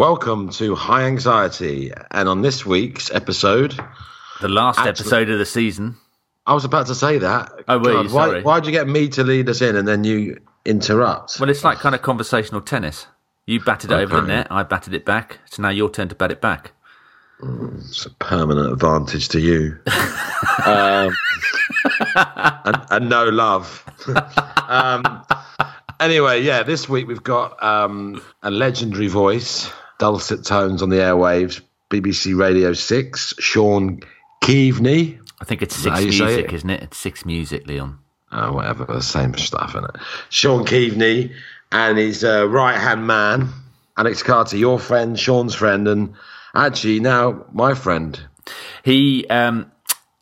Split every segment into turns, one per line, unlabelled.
Welcome to High Anxiety. And on this week's episode,
The last
Actually-
episode of the season.
I was about to say that.
Oh, were you?
why,
Sorry.
why'd you get me to lead us in and then you interrupt?
Well, it's like kind of conversational tennis. You batted it over the
Okay.
net, I batted it back. So now your turn to bat it back.
It's a permanent advantage to you. um, and, and no love. um, anyway, yeah, this week we've got um, a legendary voice, dulcet tones on the airwaves, BBC Radio 6, Sean Keaveney.
I think it's
how
six
you say
music,
it?
is isn't it? It's six music, Leon.
uh, whatever, the same stuff in it. Sean Keaveney and his uh, right hand man, Alex Carter, your friend, Sean's friend, and actually now my friend.
He um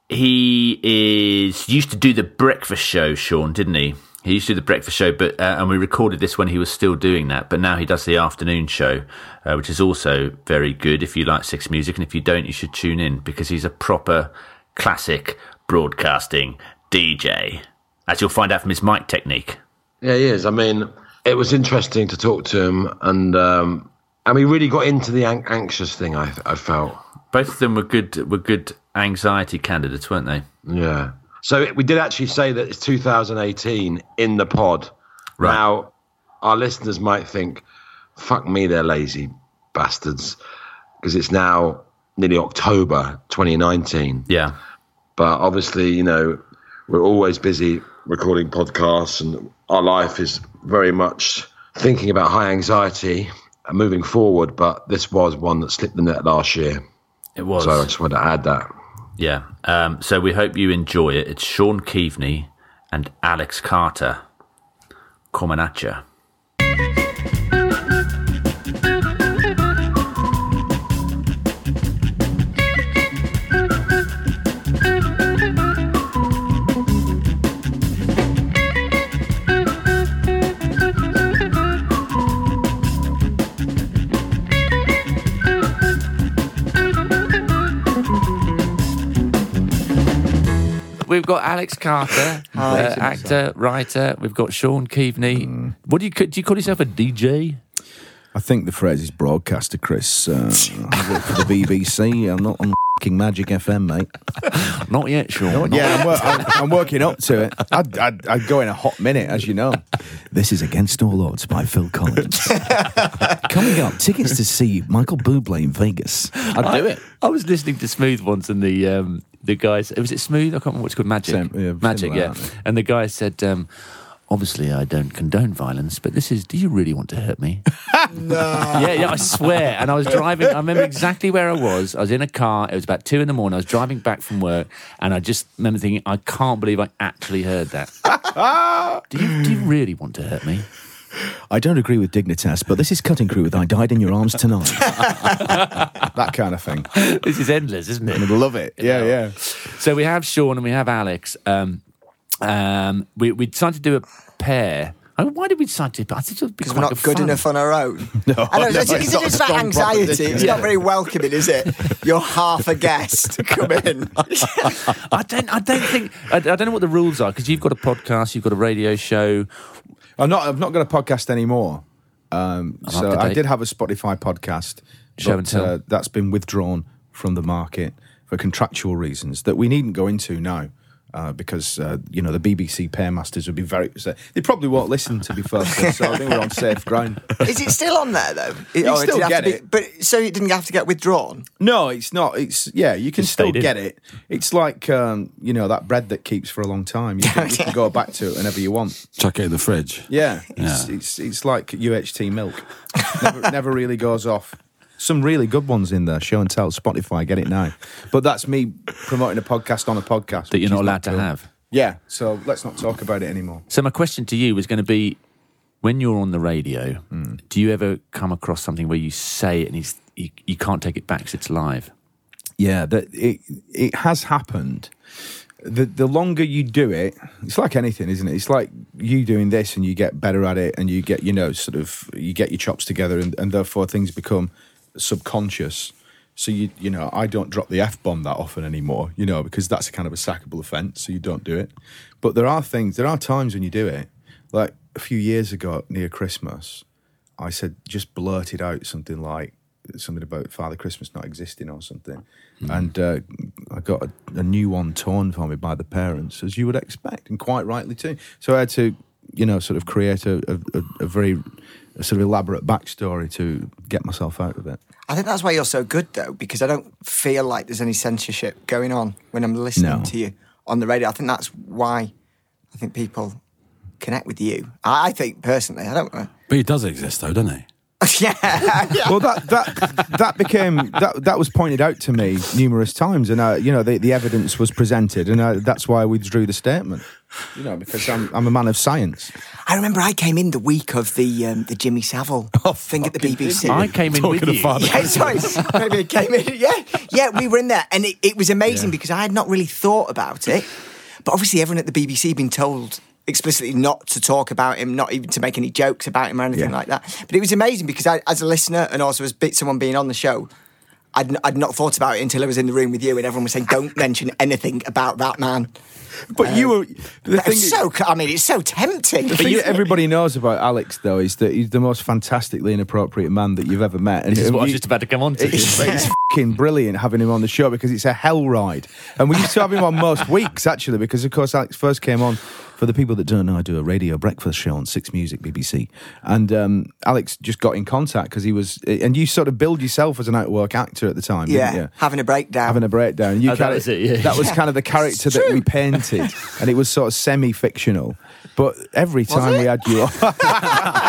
he is used to do the breakfast show, Sean, didn't he? He used to do the breakfast show, but uh, and we recorded this when he was still doing that. But now he does the afternoon show, uh, which is also very good if you like Six Music, and if you don't, you should tune in because he's a proper classic broadcasting DJ, as you'll find out from his mic technique.
Yeah, he is. I mean, it was interesting to talk to him, and um, and we really got into the an- anxious thing. I I felt.
Both of them were good were good anxiety candidates, weren't they?
Yeah. So we did actually say that it's 2018 in the pod.
Right.
Now, our listeners might think, fuck me, they're lazy bastards, because it's now nearly October 2019.
Yeah,
But obviously, you know, we're always busy recording podcasts, and our life is very much thinking about high anxiety and moving forward. But this was one that slipped the net last year.
it was.
So I just wanted to add that.
Yeah. Um, so we hope you enjoy it. It's Sean Keaveney and Alex Carter coming at ya.
We've got Alex Carter, uh, actor, writer. We've got Sean Keaveney. What do you ca- do? You call yourself a DJ?
I think the phrase is broadcaster, Chris. Uh, I work for the BBC. I'm not on fucking Magic FM, mate.
Not yet, Sean.
Yeah, I'm, wor- I'm, I'm working up to it. I'd, I'd, I'd go in a hot minute, as you know. This is Against All Odds by Phil Collins. Coming up, tickets to see Michael Bublé in Vegas. I'd do it.
I was listening to Smooth once, and the um, the guys was it Smooth? I can't remember what it's called. Magic,
Same- yeah, something
Magic,
like
yeah.
that, yeah.
and the guy said, um, obviously, I don't condone violence, but this is. Do you really want to hurt me? no. Yeah, yeah. I swear. And I was driving. I remember exactly where I was. I was in a car. It was about two in the morning. I was driving back from work, and I just remember thinking, I can't believe I actually heard that. do you do you really want to hurt me?
I don't agree with Dignitas, but this is Cutting Crew with I Died in Your Arms Tonight. that kind of thing.
This is endless, isn't it?
Love it. Yeah, yeah.
So we have Sean and we have Alex. Um, um, we, we decided to do a pair. I mean, why did we decide to? I think it would be
because
quite
we're not good
fun.
enough on our own. No, it's,
no,
it's
it's not
just
a
about
strong
anxiety.
proposition.
It's not very welcoming, is it? You're half a guest. Come in.
I don't. I don't think. I, I don't know what the rules are because you've got a podcast, you've got a radio show.
I'm not. I've not got a podcast anymore. Um,
I'm up
so
to
I
date.
did have a Spotify podcast,
Show and
but
tell.
uh, that's been withdrawn from the market for contractual reasons that we needn't go into now. Uh, because uh, you know the BBC Pairmasters would be very upset. They probably won't listen to be first, so I think we're on safe ground.
is it still on there though? It,
You
or did
still
have to
get
be-
it.
but so it didn't have to get withdrawn.
No, it's not. It's yeah, you can still
stayed in.
get it. It's like um, you know that bread that keeps for a long time. You can, you can go back to it whenever you want.
chuck it in the fridge.
Yeah, it's, it's it's like UHT milk. never, never really goes off. Some really good ones in there. Show and tell, Spotify, get it now. But that's me promoting a podcast on a podcast
That you're
which
not
is
allowed to
cool.
have.
Yeah, so let's not talk about it anymore.
So my question to you was going to be: When you're on the radio, do you ever come across something where you say it and it's, you, you can't take it back 'cause it's live?
Yeah, that it it has happened. The the longer you do it, it's like anything, isn't it? It's like you doing this and you get better at it and you get, you know, sort of you get your chops together and, and therefore things become subconscious. So you you know, I don't drop the F bomb that often anymore, you know, because that's a kind of a sackable offence, so you don't do it. But there are things there are times when you do it. Like a few years ago near Christmas, I said just blurted out something like something about Father Christmas not existing or something, and uh, I got a, a new one torn for me by the parents, as you would expect, and quite rightly too. So I had to, you know, sort of create a, a, a- a very a sort of elaborate backstory to get myself out of it.
I think that's why you're so good, though, because I don't feel like there's any censorship going on when I'm listening
No.
to you on the radio. I think that's why I think people connect with you. I, I think personally, I don't. know.
But he does exist, though, doesn't he?
yeah, yeah.
well, that that that became that that was pointed out to me numerous times, and uh, you know the, the evidence was presented, and uh, that's why I withdrew the statement. You know, because I'm I'm a man of science.
I remember I came in the week of the um, the Jimmy Savile
Oh,
thing at the BBC.
I came in
Talking
with
to
you.
Father.
Yeah, sorry. Maybe it came in. Yeah, yeah, we were in there, and it, it was amazing
Yeah.
because I had not really thought about it, but obviously everyone at the BBC had been told explicitly not to talk about him, not even to make any jokes about him or anything
Yeah.
like that. But it was amazing because I, as a listener and also as bit someone being on the show. I'd, n- I'd not thought about it until I was in the room with you, and everyone was saying, "Don't mention anything about that man."
But you were the
That
thing.
was so, I mean, it's so tempting.
The thing that everybody knows about Alex, though, is that he's the most fantastically inappropriate man that you've ever met. And
This is what I was
you-
just about to come on to.
It's, it's fucking brilliant having him on the show because it's a hell ride. And we used to have him on most weeks, actually, because, of course, Alex first came on. For the people that don't know, I do a radio breakfast show on Six Music BBC. And um, Alex just got in contact because he was. And you sort of build yourself as an out of work actor at the time,
yeah,
didn't you?
having a breakdown.
having a breakdown. You
Oh, that
kinda-
was it, yeah.
that was kind of the character that we painted, and it was sort of semi-fictional. But every time we had you,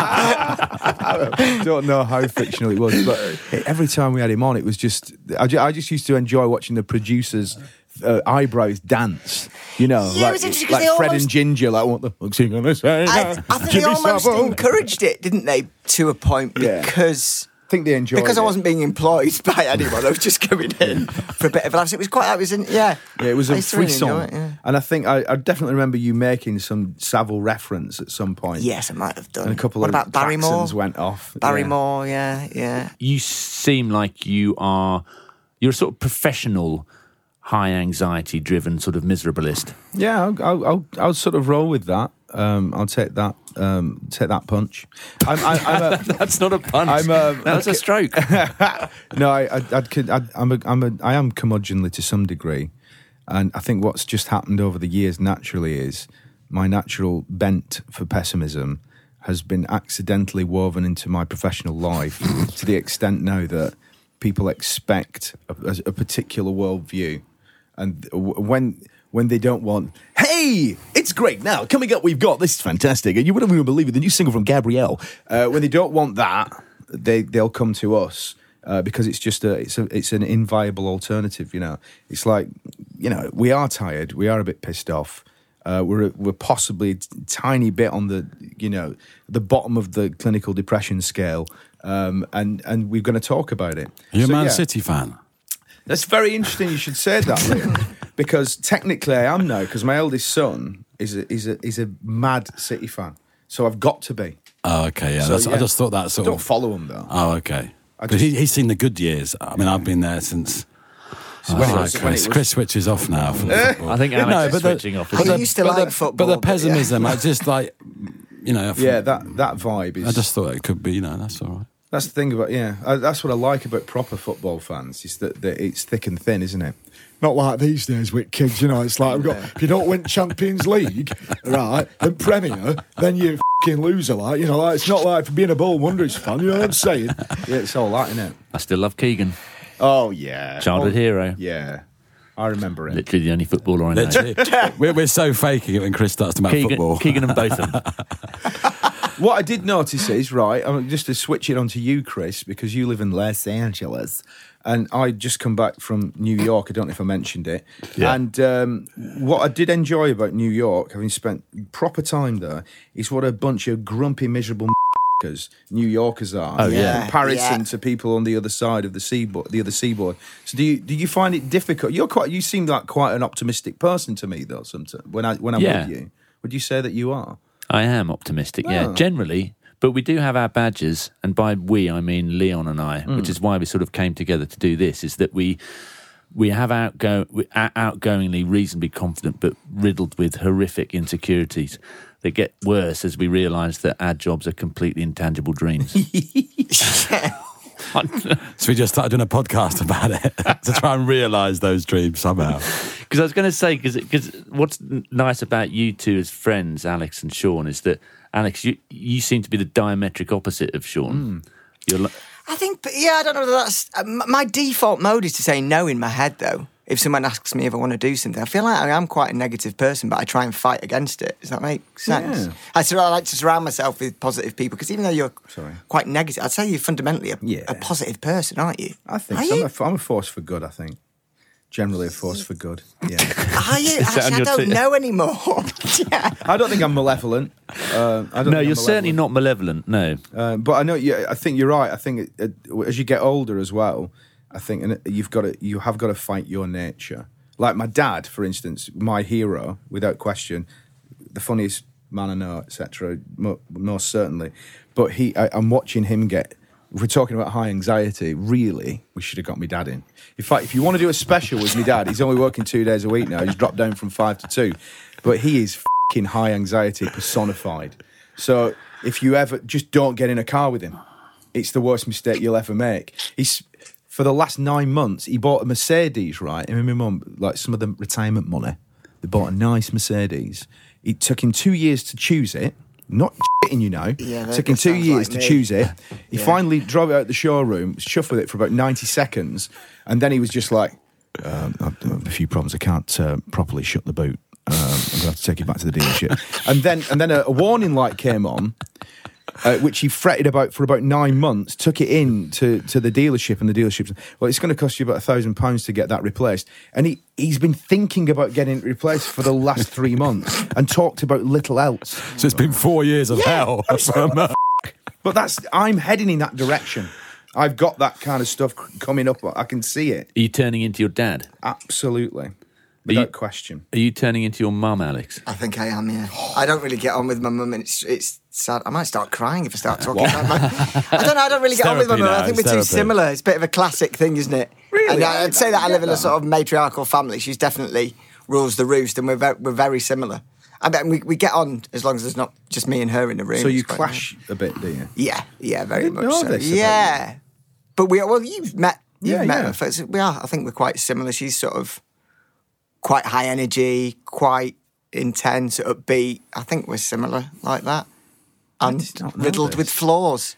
on- don't know how fictional it was, but every time we had him on, it was just I ju- I just used to enjoy watching the producers. Uh, eyebrows dance, you know,
Yeah, it was
like,
interesting 'cause
like
they
Fred
almost-
and Ginger. Like, what the fuck's he gonna say?
I,
now?
I think they
Jimmy
almost
Savile.
encouraged it, didn't they, to a point
Yeah.
because
I think they enjoyed
because I
it.
wasn't being employed by anyone. I was just coming in for a bit of laughs. It was quite. That was in, yeah.
Yeah, it was
I
a
used to really
free song.
enjoy it, yeah.
And I think I, I definitely remember you making some Savile reference at some point.
Yes, I might have done.
And a couple
what
of
about Barrymore?
Jacksons went off.
Barrymore, yeah, yeah.
you seem like you are you're a sort of professional high anxiety driven sort of miserablist
Yeah, I'll, I'll, I'll, I'll sort of roll with that. Um, I'll take that. Um, take that punch. I'm, I, I'm a,
that's not a pun
I'm,
uh,
um,
that's a stroke
no, I, I, I'd, con- I'd, I'm a, I'm a, I am curmudgeonly to some degree, and I think what's just happened over the years naturally is my natural bent for pessimism has been accidentally woven into my professional life to the extent now that people expect a, a- a particular worldview, and w- when. When they don't want, hey, it's great now. Coming up, we've got this is fantastic. You wouldn't even believe it. The new single from Gabrielle. Uh, when they don't want that, they they'll come to us uh, because it's just a it's a it's an inviable alternative. You know, it's like you know we are tired, we are a bit pissed off. Uh, we're we're possibly a t- tiny bit on the you know the bottom of the clinical depression scale, um, and and we're going to talk about it.
Are you a
So,
Man
yeah.
City fan?
That's very interesting. You should say that, Liam, because technically I am now because my eldest son is a, is a is a mad City fan, so I've got to be.
Oh, okay, yeah.
So,
that's, I
yeah.
just thought that sort
Don't
of.
follow him though.
oh, okay.
I
But he,
just-
he's seen the good years. I mean, I've been there since.
when it
Oh,
was- when
Chris.
it was-
Chris switches off now. From football.
I think Alex is
but the-
switching off,
but
isn't
the-
he? He used to
but
like
the-
football,
but the
but yeah.
pessimism. I just like, you know, I,
Yeah, that that vibe is.
I just thought it could be. You know, that's all right.
That's the thing about yeah. Uh, that's what I like about proper football fans is that, that it's thick and thin, isn't it?
Not like these days with kids, you know. It's like we've got, if you don't win Champions League, right, and Premier, then you're a fucking loser. Like, you know, like it's not like for being a Bull Wanderers fan. You know what I'm saying?
Yeah, it's all that, isn't it?
i still love keegan
Oh yeah,
childhood
Oh,
hero
Yeah, I remember it.
literally the only footballer i know
Literally, we're, we're so faking it when Chris starts to make
keegan,
football.
keegan and botham
What I did notice is right. I'm just to switch it on to you, Chris, because you live in Los Angeles, and I just come back from New York. I don't know if I mentioned it. And um, what I did enjoy about New York, having spent proper time there, is what a bunch of grumpy, miserable. Because New Yorkers are, oh,
yeah.
in comparison
Yeah.
to people on the other side of the seaboard. The other seaboard. So do you do you find it difficult? You're quite. You seem like quite an optimistic person to me, though. Sometimes when I when I'm
Yeah.
with you, would you say that you are?
I am optimistic, yeah, generally. But we do have our badges, and by we I mean Leon and I, which is why we sort of came together to do this. Is that we we have outgo we are outgoingly reasonably confident, but riddled with horrific insecurities that get worse as we realise that our jobs are completely intangible dreams.
So we just started doing a podcast about it to try and realise those dreams somehow.
Because I was going to say, because what's n- nice about you two as friends, Alex and Sean, is that Alex, you you seem to be the diametric opposite of Sean. You're like,
I think, but yeah, I don't know whether that's. uh, m- My default mode is to say no in my head, though. If someone asks me if I want to do something, I feel like I am quite a negative person, but I try and fight against it. Does that make sense?
Yeah.
I, sur- I like to surround myself with positive people because even though you're
Sorry.
quite negative, I'd say you're fundamentally a,
Yeah.
a positive person, aren't you?
I think
are
so.
You?
I'm a, I'm a force for good. I think generally a force for good. Yeah,
are you?
Is that
Actually,
on
I
your
don't
Twitter?
know anymore. yeah.
I don't think I'm malevolent. Uh, I don't
no,
think
you're
I'm
certainly
malevolent.
not malevolent. No,
Uh, but I know. Yeah, I think you're right. I think it, it, as you get older as well, I think and you've got to you have got to fight your nature. Like my dad, for instance, my hero without question, the funniest man I know, etc. mo- Most certainly, but he, I, I'm watching him get. If we're talking about high anxiety, really, we should have got my dad in. In fact, if you want to do a special with my dad, he's only working two days a week now. He's dropped down from five to two, but he is fing high anxiety personified. So if you ever just don't get in a car with him, it's the worst mistake you'll ever make. He's for the last nine months he bought a Mercedes, right? Him and my mum, like some of the retirement money, they bought a nice Mercedes. It took him two years to choose it. Not shitting, you know.
Yeah, that-
took him
that
two
sounds
years
like
to
me.
choose it. He
Yeah.
finally drove it out the showroom, shuffled it for about ninety seconds, and then he was just like, um, I've I've a few problems. I can't uh, properly shut the boot. Um, I'm gonna have to take it back to the dealership. and then, and then a, a warning light came on, uh, which he fretted about for about nine months. Took it in to, to the dealership, and the dealership. Well, it's going to cost you about a thousand pounds to get that replaced. And he he's been thinking about getting it replaced for the last three months, and talked about little else.
So it's been four years of hell. for a month.
But that's I'm heading in that direction. I've got that kind of stuff c- coming up. I can see it
are you turning into your dad?
absolutely,
you-
without question.
Are you turning into your mum, Alex?
I think I am, yeah. I don't really get on with my mum, and it's it's sad. I might start crying if I start talking about my. I don't know. I don't really get on with my
therapy
mum.
now,
I think we're
it's
too
therapy.
similar. It's a bit of a classic thing, isn't it?
Really?
And
I-
I, I'd say that
I
I live in a
get
sort of matriarchal family. She's definitely rules the roost, and we're very, we're very similar. I bet we, we get on as long as there's not just me and her in the room.
So you
It's quite-
clash a bit, do you?
Yeah, yeah, very
didn't
much
know
so.
this about
yeah, but we are. Well, you've met. You've
Yeah,
met
yeah.
her. So we are. I think we're quite similar. She's sort of quite high energy, quite intense, upbeat. I think we're similar like that, and
did not know
riddled
this.
with flaws.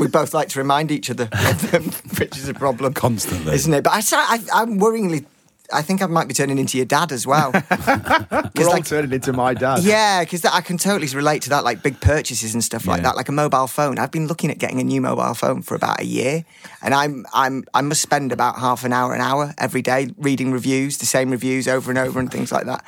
we both like to remind each other of them, which is a problem
Constantly.
isn't it? But I, sa- I, I'm worryingly. I think I might be turning into your dad as well.
We're all
like-
turning into my dad.
Yeah, because I can totally relate to that, like big purchases and stuff like
Yeah.
that, like a mobile phone. I've been looking at getting a new mobile phone for about a year, and I'm I'm I must spend about half an hour, an hour every day reading reviews, the same reviews over and over, and things like that.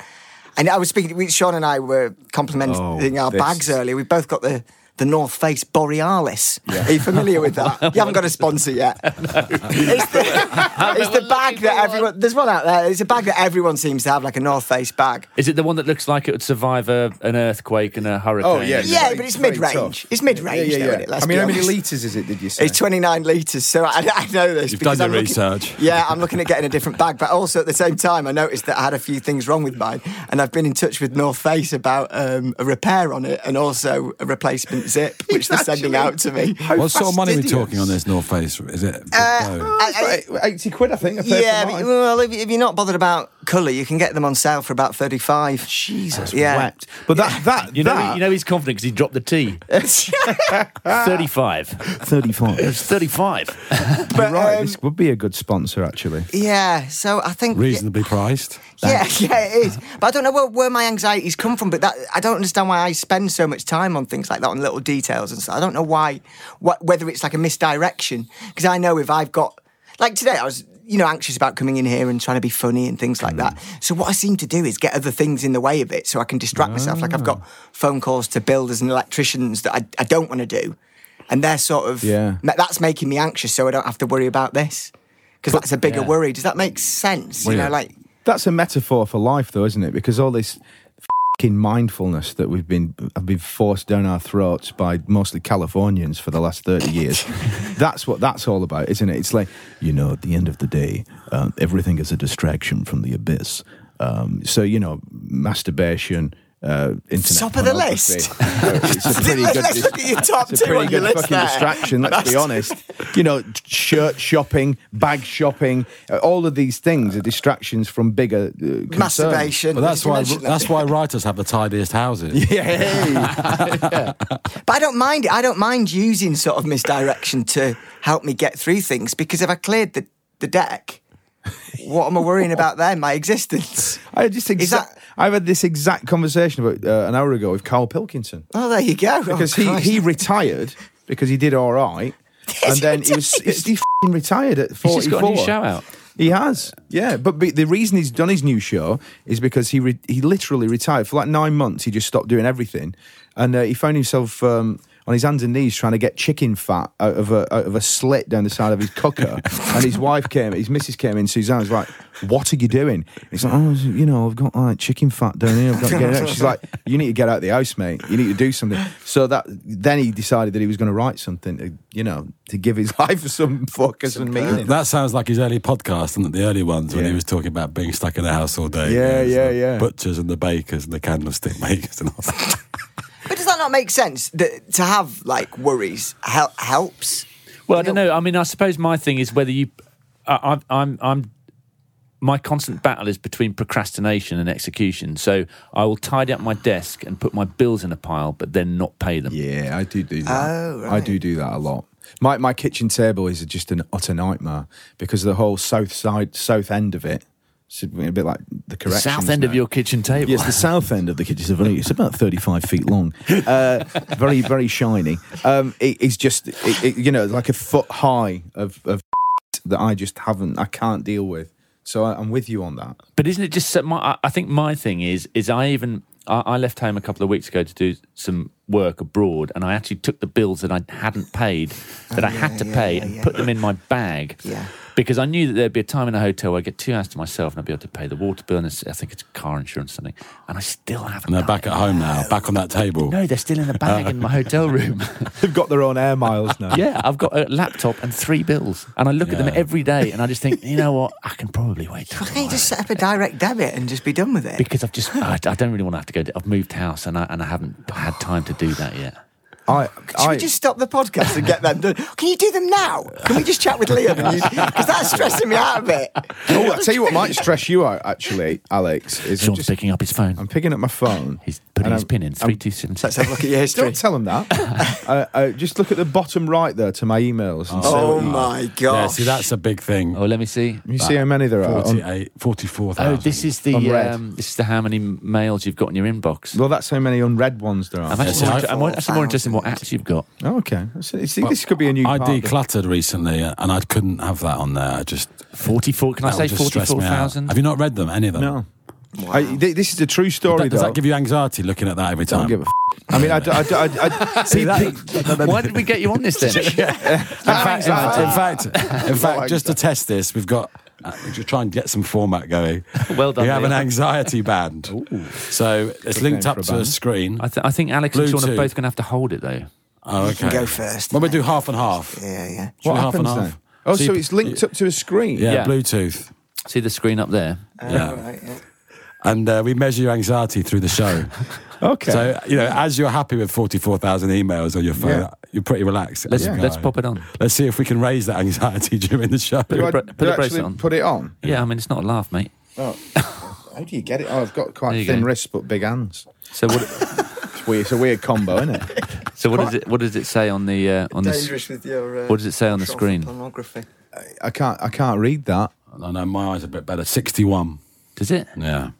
And I was speaking. We, Sean and I were complimenting
Oh,
our
this-
bags earlier. We both got the. The North Face Borealis. Are you familiar with that? You haven't got a sponsor yet. It's the, it's the bag that everyone. There's one out there. It's a bag that everyone seems to have, like a North Face bag.
Is it the one that looks like it would survive a, an earthquake and a hurricane?
Oh yeah,
Yeah,
very-
but it's
very
mid-range.
tough.
It's mid-range though, isn't it? Let's
I mean,
be
how many
honest.
liters is it? Did you say?
It's 29 litres, so I, I know this.
You've
because
done your
I'm looking-
research.
Yeah, I'm looking at getting a different bag, but also at the same time, I noticed that I had a few things wrong with mine, and I've been in touch with North Face about um, a repair on it and also a replacement zip, which they're sending out to me.
What sort of money are we
fastidious. Uh,
talking on this North Face? Is it? no.
I- I-
It's about eighty quid, I think. I paid
Uh, yeah,
for
but,
mine.
well, if, if you're not bothered about colour, you can get them on sale for about 35.
Jesus
Yeah.
wept. But that that
You know,
that
you know he's confident because he dropped the T. Ah. Thirty-five.
thirty five.
It's thirty-five.
But,
Right,
um,
this would be a good sponsor actually.
yeah, so I think.
Reasonably priced.
Yeah, yeah, it is. But I don't know where, where my anxieties come from. But that I don't understand why I spend so much time on things like that, on little details and stuff. I don't know why, wh- whether it's like a misdirection. Because I know if I've got, like today, I was, you know, anxious about coming in here and trying to be funny and things like that. So what I seem to do is get other things in the way of it, so I can distract myself. Like I've got phone calls to builders and electricians that I, I don't want to do, and they're sort of
Yeah.
ma- that's making me anxious, so I don't have to worry about this. Because that's a bigger worry. Does that make sense? you know, like
That's a metaphor for life, though, isn't it? Because all this fing mindfulness that we've been have been forced down our throats by mostly Californians for the last thirty years. that's what that's all about, isn't it? It's like you know, at the end of the day, um, everything is a distraction from the abyss. Um, so you know, masturbation. uh, internet.
Top of the
pornography.
list.
it's a pretty good.
Let's look at your top
It's a
two
pretty
on your
good
list
fucking
there.
distraction, let's be
uh, That's-
honest. You know, shirt shopping, bag shopping, uh, all of these things are distractions from bigger uh, concerns.
Masturbation.
Well, that's
Did you
why
mention that?
that's why writers have the tidiest houses.
Yeah.
But I don't mind it. I don't mind using sort of misdirection to help me get through things because if I cleared the, the deck, what am I worrying about then? My existence.
I just exa-
Is that-
I've had this exact conversation about uh, an hour ago with Carl Pilkington.
Oh, there you go.
because
oh,
he,
Christ.
he retired because he did all right, and then he was he's fing retired at forty-four.
just got a new show out.
He has, yeah. But, but the reason he's done his new show is because he re- he literally retired for like nine months. He just stopped doing everything, and uh, he found himself. Um, on his hands and knees, trying to get chicken fat out of a out of a slit down the side of his cooker, and his wife came, his missus came in. Suzanne was like, "What are you doing?" He's like, "Oh, you know, I've got like chicken fat down here. I've got to get it out." She's like, "You need to get out of the house, mate. You need to do something." So that then he decided that he was going to write something, to, you know, to give his life some focus and meaning.
That sounds like his early podcast, and the early ones when
Yeah.
he was talking about being stuck in the house all day.
Yeah,
There's
yeah,
the
yeah.
Butchers and the bakers and the candlestick makers and all that.
But does that not make sense that to have like worries hel- helps?
Well, I don't know. I mean, I suppose my thing is whether you, I, I- I'm, I'm, my constant battle is between procrastination and execution. So I will tidy up my desk and put my bills in a pile, but then not pay them.
Yeah, I do do that.
Oh,
I
right.
do do that a lot. My my kitchen table is just an utter nightmare because the whole south side, south end of it, it's a bit like the correction.
South end of your kitchen table.
Yes, the south end of the kitchen. It's, a very, it's about 35 feet long. Uh, very, very shiny. Um, it, it's just, it, it, you know, like a foot high of, of that I just haven't, I can't deal with. So I, I'm with you on that.
But isn't it just so- my? I- I think my thing is is I even I, I left home a couple of weeks ago to do some work abroad, and I actually took the bills that I hadn't paid that I had to pay and put them in my bag.
Yeah.
Because I knew that there'd be a time in a hotel where I get two hours to myself and I'd be able to pay the water bill and it's- I think it's car insurance or something, and I still haven't.
And they're
done
back
it.
at home now, back on that table.
No, they're still in the bag in my hotel room.
They've got their own air miles now.
yeah, I've got a laptop and three bills, and I look at them
Yeah.
every day, and I just think, you know what, I can probably wait. till
Why can't you
tomorrow."
just set up a direct debit and just be done with it?
because I've just I, I don't really want to have to go. To, I've moved house and I and I haven't had time to do that yet.
I,
Should
I,
we just stop the podcast and get them done? Can you do them now? Can we just chat with Liam? Because that's stressing me out a bit.
oh, I tell you what might stress you out, actually, Alex, is I'm,
Sean's
just,
picking up his phone.
I'm picking up my phone.
He's putting
and
his
I'm-
pin in
I'm
three two seven six.
Let's have a look at your history.
Don't tell them that. uh, uh, just look at the bottom right there to my emails. And see
Oh
what you-
my
Yeah,
gosh.
see, that's a big thing.
Oh, let me see.
you see how many there are. on-
48, 44,000.
Oh, this is the
on red.
um, this is the how many mails you've got in your inbox.
well, that's how many unread ones there are.
I'm actually,
see,
more,
I-
inter- I'm actually more interested in what apps you've got.
Oh, okay. So, see, this could be a new.
I
part of the-
decluttered recently, uh, and I couldn't have that on there. I just
Forty four. Can I
that would
say
just
forty
stress me
four
out.
thousand?
Have you not read them? Any of them?
No. I, th- this is a true
Does
story.
that, does
though.
that give you anxiety looking at that every
I
time?
don't give a. F- I mean, I. d- I d- I d- I-
Why did we get you on this then?
in, fact, in fact, in fact, just to test this, we've got. uh, Just try and get some format going.
Well done,
We have an
Liam.
anxiety band, so it's linked
name
up
for a
to a
band.
screen.
I, th- I think Alex and Sean are
Bluetooth.
both going to have to hold it though.
Oh, okay.
go first.
Well, we do half and half.
yeah, yeah.
Should
what
we half and
happens
half?
now? Oh, so,
you-
it's linked up to a screen.
Yeah,
Yeah.
Bluetooth.
See the screen up there.
yeah.
Right, yeah.
And uh, we measure your anxiety through the show.
Okay.
So you know, as you're happy with forty-four thousand emails on your phone, uh,
Yeah.
you're pretty relaxed.
Let's
as a
let's
guy.
pop it on.
Let's see if we can raise that anxiety during the show.
do I,
bra-
do
put
I
a bracelet
actually
on.
put it on?
Yeah, I mean it's not a laugh, mate.
How do you get it? Oh, I've got
There
quite
you
thin
go.
wrists but big hands.
So what?
It's weird. It's a weird combo, isn't it?
So what does it? What does it say on the uh, on this?
Dangerous with your. Uh,
What does it say on the
control for
screen?
Pornography.
I can't. I can't read that.
I know my eyes are a bit better. Sixty-one.
Does it?
Yeah.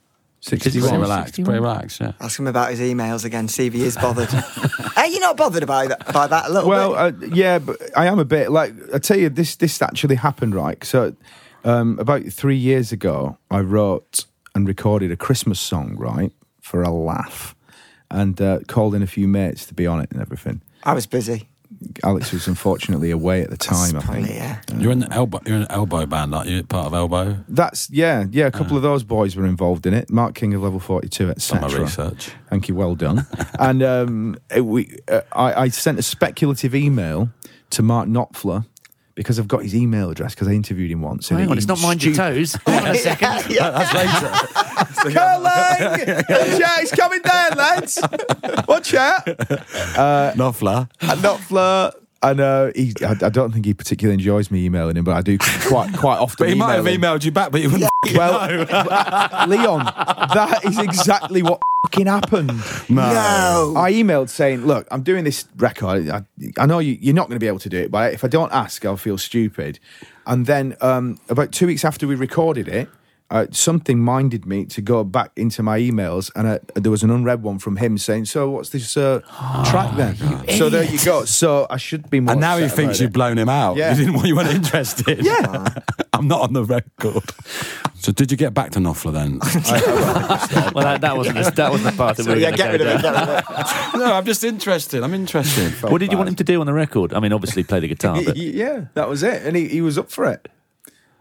Pretty
Pretty
Sixty-one.
relaxed. Pretty
61.
relaxed. Yeah.
Ask him about his emails again. See if he is bothered. Are you not bothered by that? By that a little
Well,
bit?
uh, yeah, but I am a bit like I tell you, this this actually happened, right? So, um, about three years ago, I wrote and recorded a Christmas song, right, for a laugh, and uh, called in a few mates to be on it and everything.
I was busy.
Alex was unfortunately away at the time. I
Probably,
think
yeah.
You're in the elbow. You're in an elbow band, aren't you? Part of elbow.
that's yeah, yeah. A couple of those boys were involved in it. Mark King of Level Forty Two,
Done my
etc.
research.
Thank you. Well done. and um, it- we, uh, I, I sent a speculative email to Mark Knopfler because I've got his email address because I interviewed him once. and
Hang
he-
on, it's not
he
mind your
stu-
toes. Hang on a second.
That's later.
Curling! Watch out, he's coming down, lads. Watch out.
Nofla.
and not flirt. I know he. I, I don't think he particularly enjoys me emailing him, but I do quite quite often.
But he might have
email him.
emailed you back, but you wouldn't.
Well, Leon, that is exactly what fucking happened.
No.
I emailed saying, "Look, I'm doing this record. I, I know you, you're not going to be able to do it, but if I don't ask, I'll feel stupid." And then um, about two weeks after we recorded it, uh, something minded me to go back into my emails, and uh there was an unread one from him saying, "So what's this uh, track then?" so there you go. So I should be more.
And now he
upset
thinks
about
you've
it.
blown him out.
Yeah.
You didn't want you weren't interested.
Yeah.
I'm not on the record. So did you get back to Nofla then?
Well, that, that wasn't a, that wasn't the part that we were
yeah,
gonna
get
go
rid of
down.
it. Get rid of it.
no, I'm just interested. I'm interested.
What did you want him to do on the record? I mean, obviously play the guitar, but
Y- yeah, that was it, and he, he was up for it.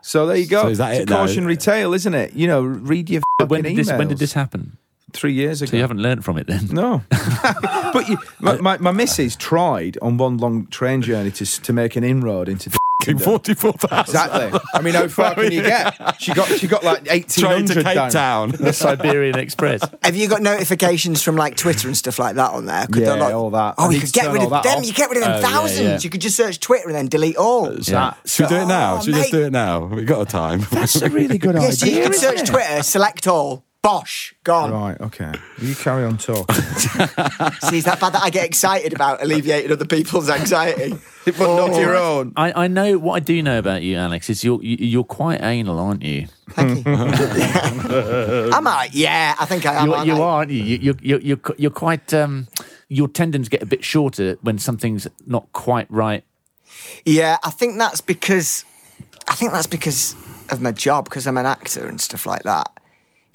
So there you go.
So is that
it's
it
a
now?
cautionary tale, isn't it? You know, read your
But when
fucking
did this when did
emails.
this happen?
Three years ago.
So you haven't learned from it then?
No, but you, my, my my missus tried on one long train journey to s- to make an inroad into. d-
44,000.
Exactly. I mean, how far can you get? She got she got like eighteen
Train to
hundred
Cape
down.
Town.
The Siberian Express.
Have you got notifications from like Twitter and stuff like that on there?
Yeah,
they not-
all that. I
Oh, you
need
could
to
get
turn
rid
all
of
that
them.
off.
You could get rid of
Oh, yeah,
thousands.
yeah.
You could just search Twitter and then delete all.
Yeah.
Should we do it now?
Oh,
Should we just
mate.
do it now? We've got a time.
That's a really good
Yes, you
idea.
could
isn't
search
it?
Twitter, select all. Bosh, gone.
Right. Okay. You carry on talking.
See, it's that bad that I get excited about alleviating other people's anxiety. Oh,
but not your own.
I, I know what I do know about you, Alex. Is you're you- you're quite anal, aren't you?
Thank you. Am I? Yeah, I think I am.
You're,
aren't
you
I?
are, aren't you? You- You're you're you're, qu- you're quite. Um, your tendons get a bit shorter when something's not quite right.
Yeah, I think that's because I think that's because of my job because I'm an actor and stuff like that.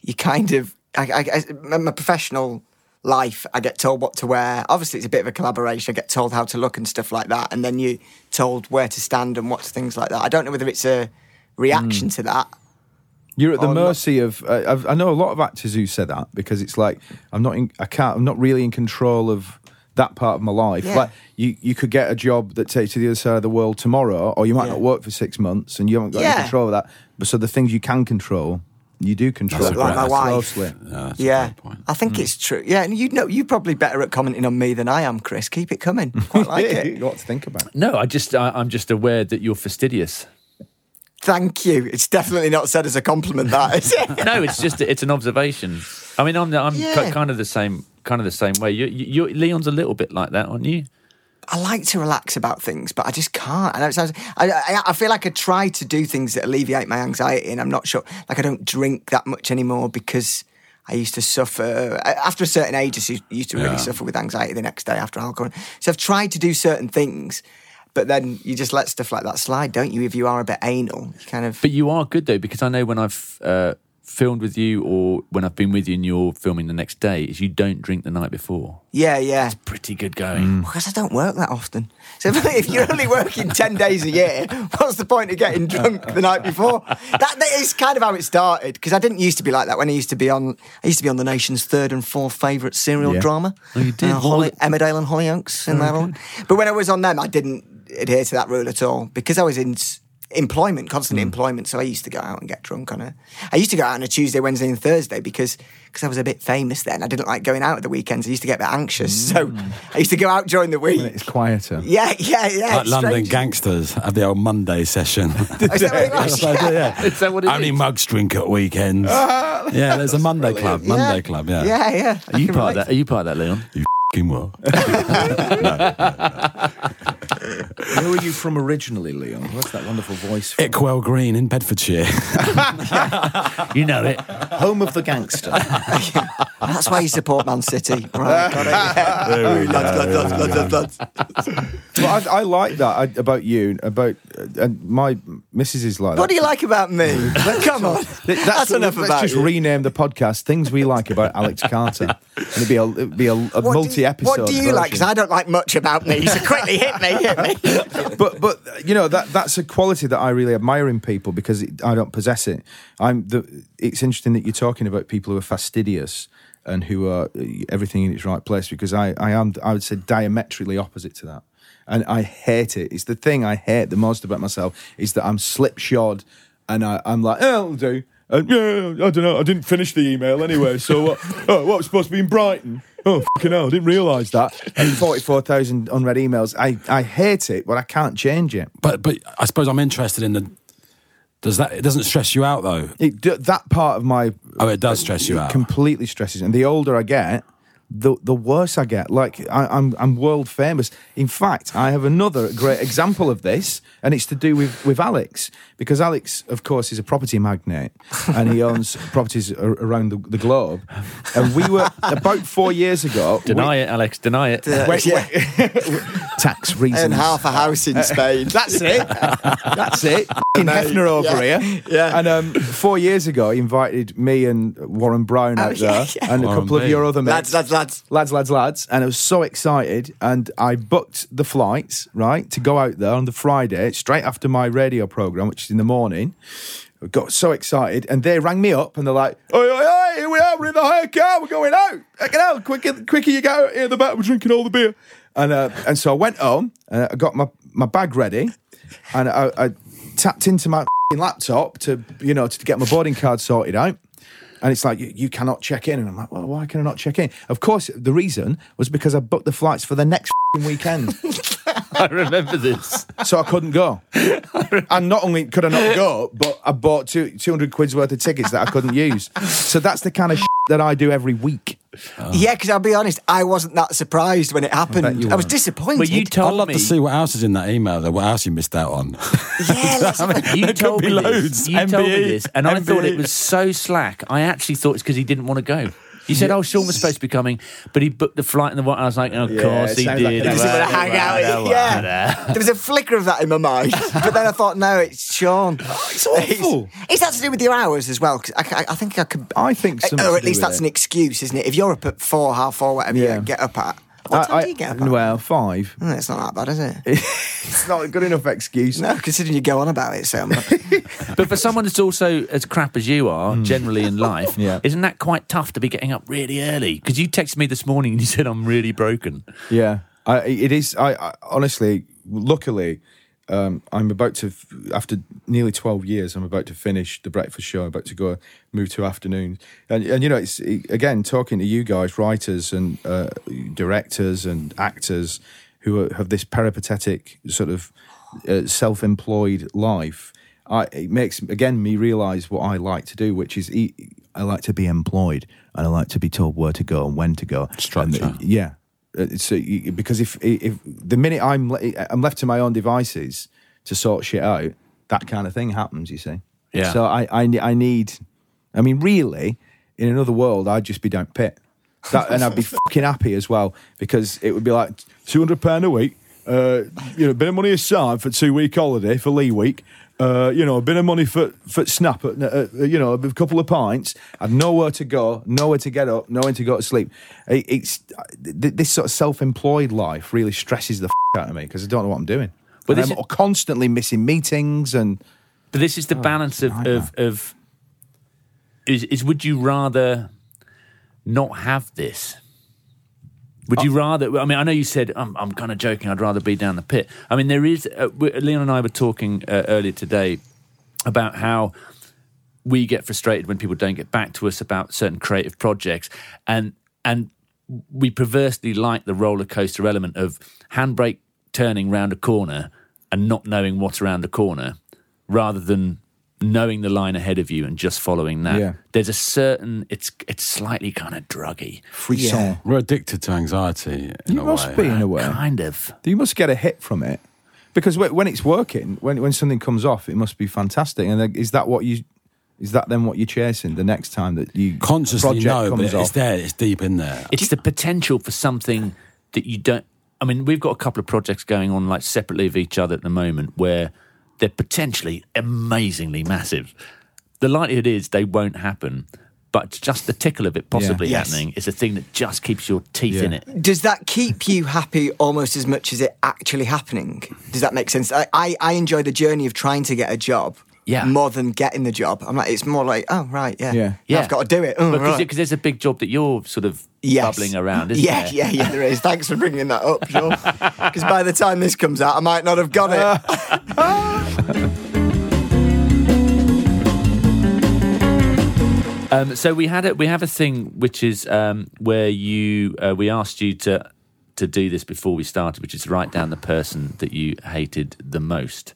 You kind of I, I, I- my- my professional life, I get told what to wear. Obviously, it's a bit of a collaboration. I get told how to look and stuff like that, and then you told where to stand and what things like that. I don't know whether it's a reaction to that.
You're at the
Oh, no.
mercy of. Uh, I've, I know a lot of actors who say that because it's like I'm not. In, I can't. I'm not really in control of that part of my life.
Yeah.
Like you, you could get a job that takes you to the other side of the world tomorrow, or you might
Yeah.
not work for six months, and you haven't got any
Yeah.
control of that. But so the things you can control, you do control.
Like my wife.
Closely.
yeah, I think it's true. Yeah, and you know, you're probably better at commenting on me than I am, Chris. Keep it coming. Quite like
yeah,
it.
you got to think about.
No, I just I, I'm just aware that you're fastidious.
Thank you. It's definitely not said as a compliment. That is it.
no, it's just it's an observation. I mean, I'm I'm
Yeah.
ki- kind of the same kind of the same way. You, you you Leon's a little bit like that, aren't you?
I like to relax about things, but I just can't. I know it sounds. I, I, I feel like I try to do things that alleviate my anxiety, and I'm not sure. Like I don't drink that much anymore because I used to suffer I- after a certain age. I su- used to really suffer with anxiety the next day after alcohol. So I've tried to do certain things, but then you just let stuff like that slide, don't you? If you are a bit anal, you kind of.
But you are good though, because I know when I've uh, filmed with you or when I've been with you and you're filming the next day, is you don't drink the night before.
Yeah, yeah.
Pretty good
Mm.
going.
Because I don't work that often. So if, if you're only working 10 days a year, what's the point of getting drunk the night before? That, that is kind of how it started. Because I didn't used to be like that when I used to be on, I used to be on the nation's third and fourth favourite serial
Yeah.
drama.
Oh, you did?
Uh, Holly, Emmerdale and Hollyoaks in that one. But when I was on them, I didn't adhere to that rule at all because I was in s- employment, constant
Hmm.
employment. So I used to go out and get drunk on a. I used to go out on a Tuesday, Wednesday, and Thursday because because I was a bit famous then. I didn't like going out at the weekends. I used to get a bit anxious, so I used to go out during the week.
Hmm. It's quieter.
Yeah, yeah, yeah.
Like
it's
London
strange.
gangsters have the old Monday session.
Is that what it was?
That's what I do, yeah.
Is that what it
Only
is?
mugs drink at weekends. yeah, there's a Monday club. Monday club, yeah.
Yeah, yeah.
Are you part of that? Are you part of that, Leon?
Fucking what?
Where are you from originally, Leon? What's that wonderful voice? From?
Ickwell Green in Bedfordshire.
You know it.
Home of the gangster.
That's why you support Man City. Right. got it. Yeah. Lads, lads, lads, lads, lads, lads.
But I, I like that I, about you. About uh, and my missus is like that.
What do you like about me? Come on.
Th-
That's, enough
let's
about
just
you.
rename the podcast "Things We Like About Alex Carter," and it'd be a, it'd be a, a
What do you-
multi-episode.
What do you like? Because
version.
I don't like much about me. So quickly hit me, hit me.
But but you know that that's a quality that I really admire in people because it, I don't possess it. I'm the. It's interesting that you're talking about people who are fastidious and who are uh, everything in its right place because I I am I would say diametrically opposite to that. and I hate it. It's the thing I hate the most about myself is that I'm slipshod, and I, I'm like, oh, it'll do. And, yeah, I don't know. I didn't finish the email anyway. So what? oh, what was supposed to be in Brighton? Oh, fucking hell! I didn't realise that. And forty-four thousand unread emails. I, I hate it, but I can't change it.
But but I suppose I'm interested in the. Does that? It doesn't stress you out though.
It d- that part of my
Oh, it does stress you
it
out.
Completely stresses. And the older I get, the the worse I get. Like I, I'm I'm world famous. In fact, I have another great example of this, and it's to do with with Alex because Alex, of course, is a property magnate, and he owns properties ar- around the, the globe. And we were about four years ago. we-
Deny it, Alex. Deny it.
Wait, wait. tax reasons.
Own half a house in Spain.
That's it. That's it. In Hefner over
Yeah.
here.
Yeah.
And um, four years ago, he invited me and Warren Brown out
Oh, yeah,
there
yeah.
and a
Warren
couple of
B.
your other mates.
lads, lads, lads.
Lads, lads, lads. And I was so excited. And I booked the flights, right, to go out there on the Friday, straight after my radio program, which is in the morning. I got so excited. And they rang me up and they're like, oi, oi, oi, here we are. We're in the hire car. We're going out. Get out. Quicker, quicker you get out here, the back. We're drinking all the beer. And, uh, and so I went home and I got my, my bag ready and I, I tapped into my laptop to, you know, to get my boarding card sorted out. And it's like, you, you cannot check in. And I'm like, well, why can I not check in? Of course, the reason was because I booked the flights for the next fing weekend.
I remember this.
so I couldn't go. and not only could I not go, but I bought two, 200 quid's worth of tickets that I couldn't use. So that's the kind of that I do every week.
Yeah, because I'll be honest, I wasn't that surprised when it happened.
Oh. you
I, was
weren't.
disappointed.
But you
I'd
told
love
me.
to see what else is in that email, though. What else you missed out on?
yeah, let's have a-
You
There could
told
be
me
loads. E.
this. You told me
MBE,
this, and I thought
MBE.
it was so slack. I actually thought it's because he didn't want to go. He said, "Oh, Sean was supposed to be coming, but he booked the flight and the what?" I was like, "Of
Yeah,
course Oh, he
sounds like
did."
an
It was
Well,
gonna hang out. yeah, there was a flicker of that in my mind, but then I thought, no, it's Sean. It's
awful.
Is that to do with your hours as well? 'Cause I, I, I think I could.
I think something
Uh, Eh, or
to
at
do
least
with
that's
it.
an excuse, isn't it? If you're up at four, half four, whatever
Yeah.
you get up at. What time
I-
do you get
I-
up at?
Well, five.
Hmm, it's not that bad, is it?
it's not a good enough excuse.
No, considering you go on about it so much.
But for someone that's also as crap as you are, generally in life,
Yeah.
isn't that quite tough to be getting up really early? Because you texted me this morning and you said I'm really broken.
Yeah, I, it is. I, I honestly, luckily, um, I'm about to, f- after nearly twelve years, I'm about to finish the breakfast show. about to go move to afternoon, and and you know, it's again talking to you guys, writers and uh, directors and actors who are, have this peripatetic sort of uh, self-employed life. I, it makes again me realize what I like to do, which is eat, I like to be employed and I like to be told where to go and when to go.
Structure.
And, yeah. Uh, So you- because if if the minute I'm le- I'm left to my own devices to sort shit out, that kind of thing happens. You see.
Yeah.
So I I, ne- I need. I mean, really, in another world, I'd just be down pit, that, and I'd be fucking happy as well because it would be like two hundred pound a week. Uh, you know, bit of money aside for two week holiday for Lee week. Uh, you know, a bit of money for for snap. At, uh, you know, a couple of pints. I'd nowhere to go, nowhere to get up, nowhere to go to sleep. It, it's uh, th- this sort of self employed life really stresses the f- out of me because I don't know what I'm doing.
But
But
this
I'm
is-
constantly missing meetings and
But this is the balance of, of of is is would you rather not have this? Would
Oh.
you rather? I mean, I know you said I'm, I'm kind of joking. I'd rather be down the pit. I mean, there is. Uh, we- Leon and I were talking uh, earlier today about how we get frustrated when people don't get back to us about certain creative projects, and and we perversely like the roller coaster element of handbrake turning round a corner and not knowing what's around the corner, rather than knowing the line ahead of you and just following that.
Yeah.
There's a certain it's it's slightly kind of druggy.
frisson.
We're addicted to anxiety in
You
a
must
way.
be in a way.
Kind of.
You must get a hit from it because whe- when it's working, when when something comes off, it must be fantastic. And then is that what you? Is that then what you're chasing the next time that you
Consciously,
project
no, but
comes
it's
off?
there. It's deep in there.
It's the potential for something that you don't. I mean, we've got a couple of projects going on like separately of each other at the moment where they're potentially amazingly massive. The likelihood is they won't happen, but just the tickle of it possibly
Yes.
happening is a thing that just keeps your teeth in it.
Does that keep you happy almost as much as it actually happening? Does that make sense? I, I, I enjoy the journey of trying to get a job.
Yeah.
more than getting the job. I'm like, it's more like, oh right, yeah,
Yeah.
I've got to do it. Oh,
because
right.
because there's a big job that you're sort of
Yes.
bubbling around, isn't
yeah,
there?
yeah, yeah, there is. Thanks for bringing that up, Sean. Because by the time this comes out, I might not have got it.
Um, so we had a, we have a thing which is um, where you uh, we asked you to to do this before we started, which is write down the person that you hated the most,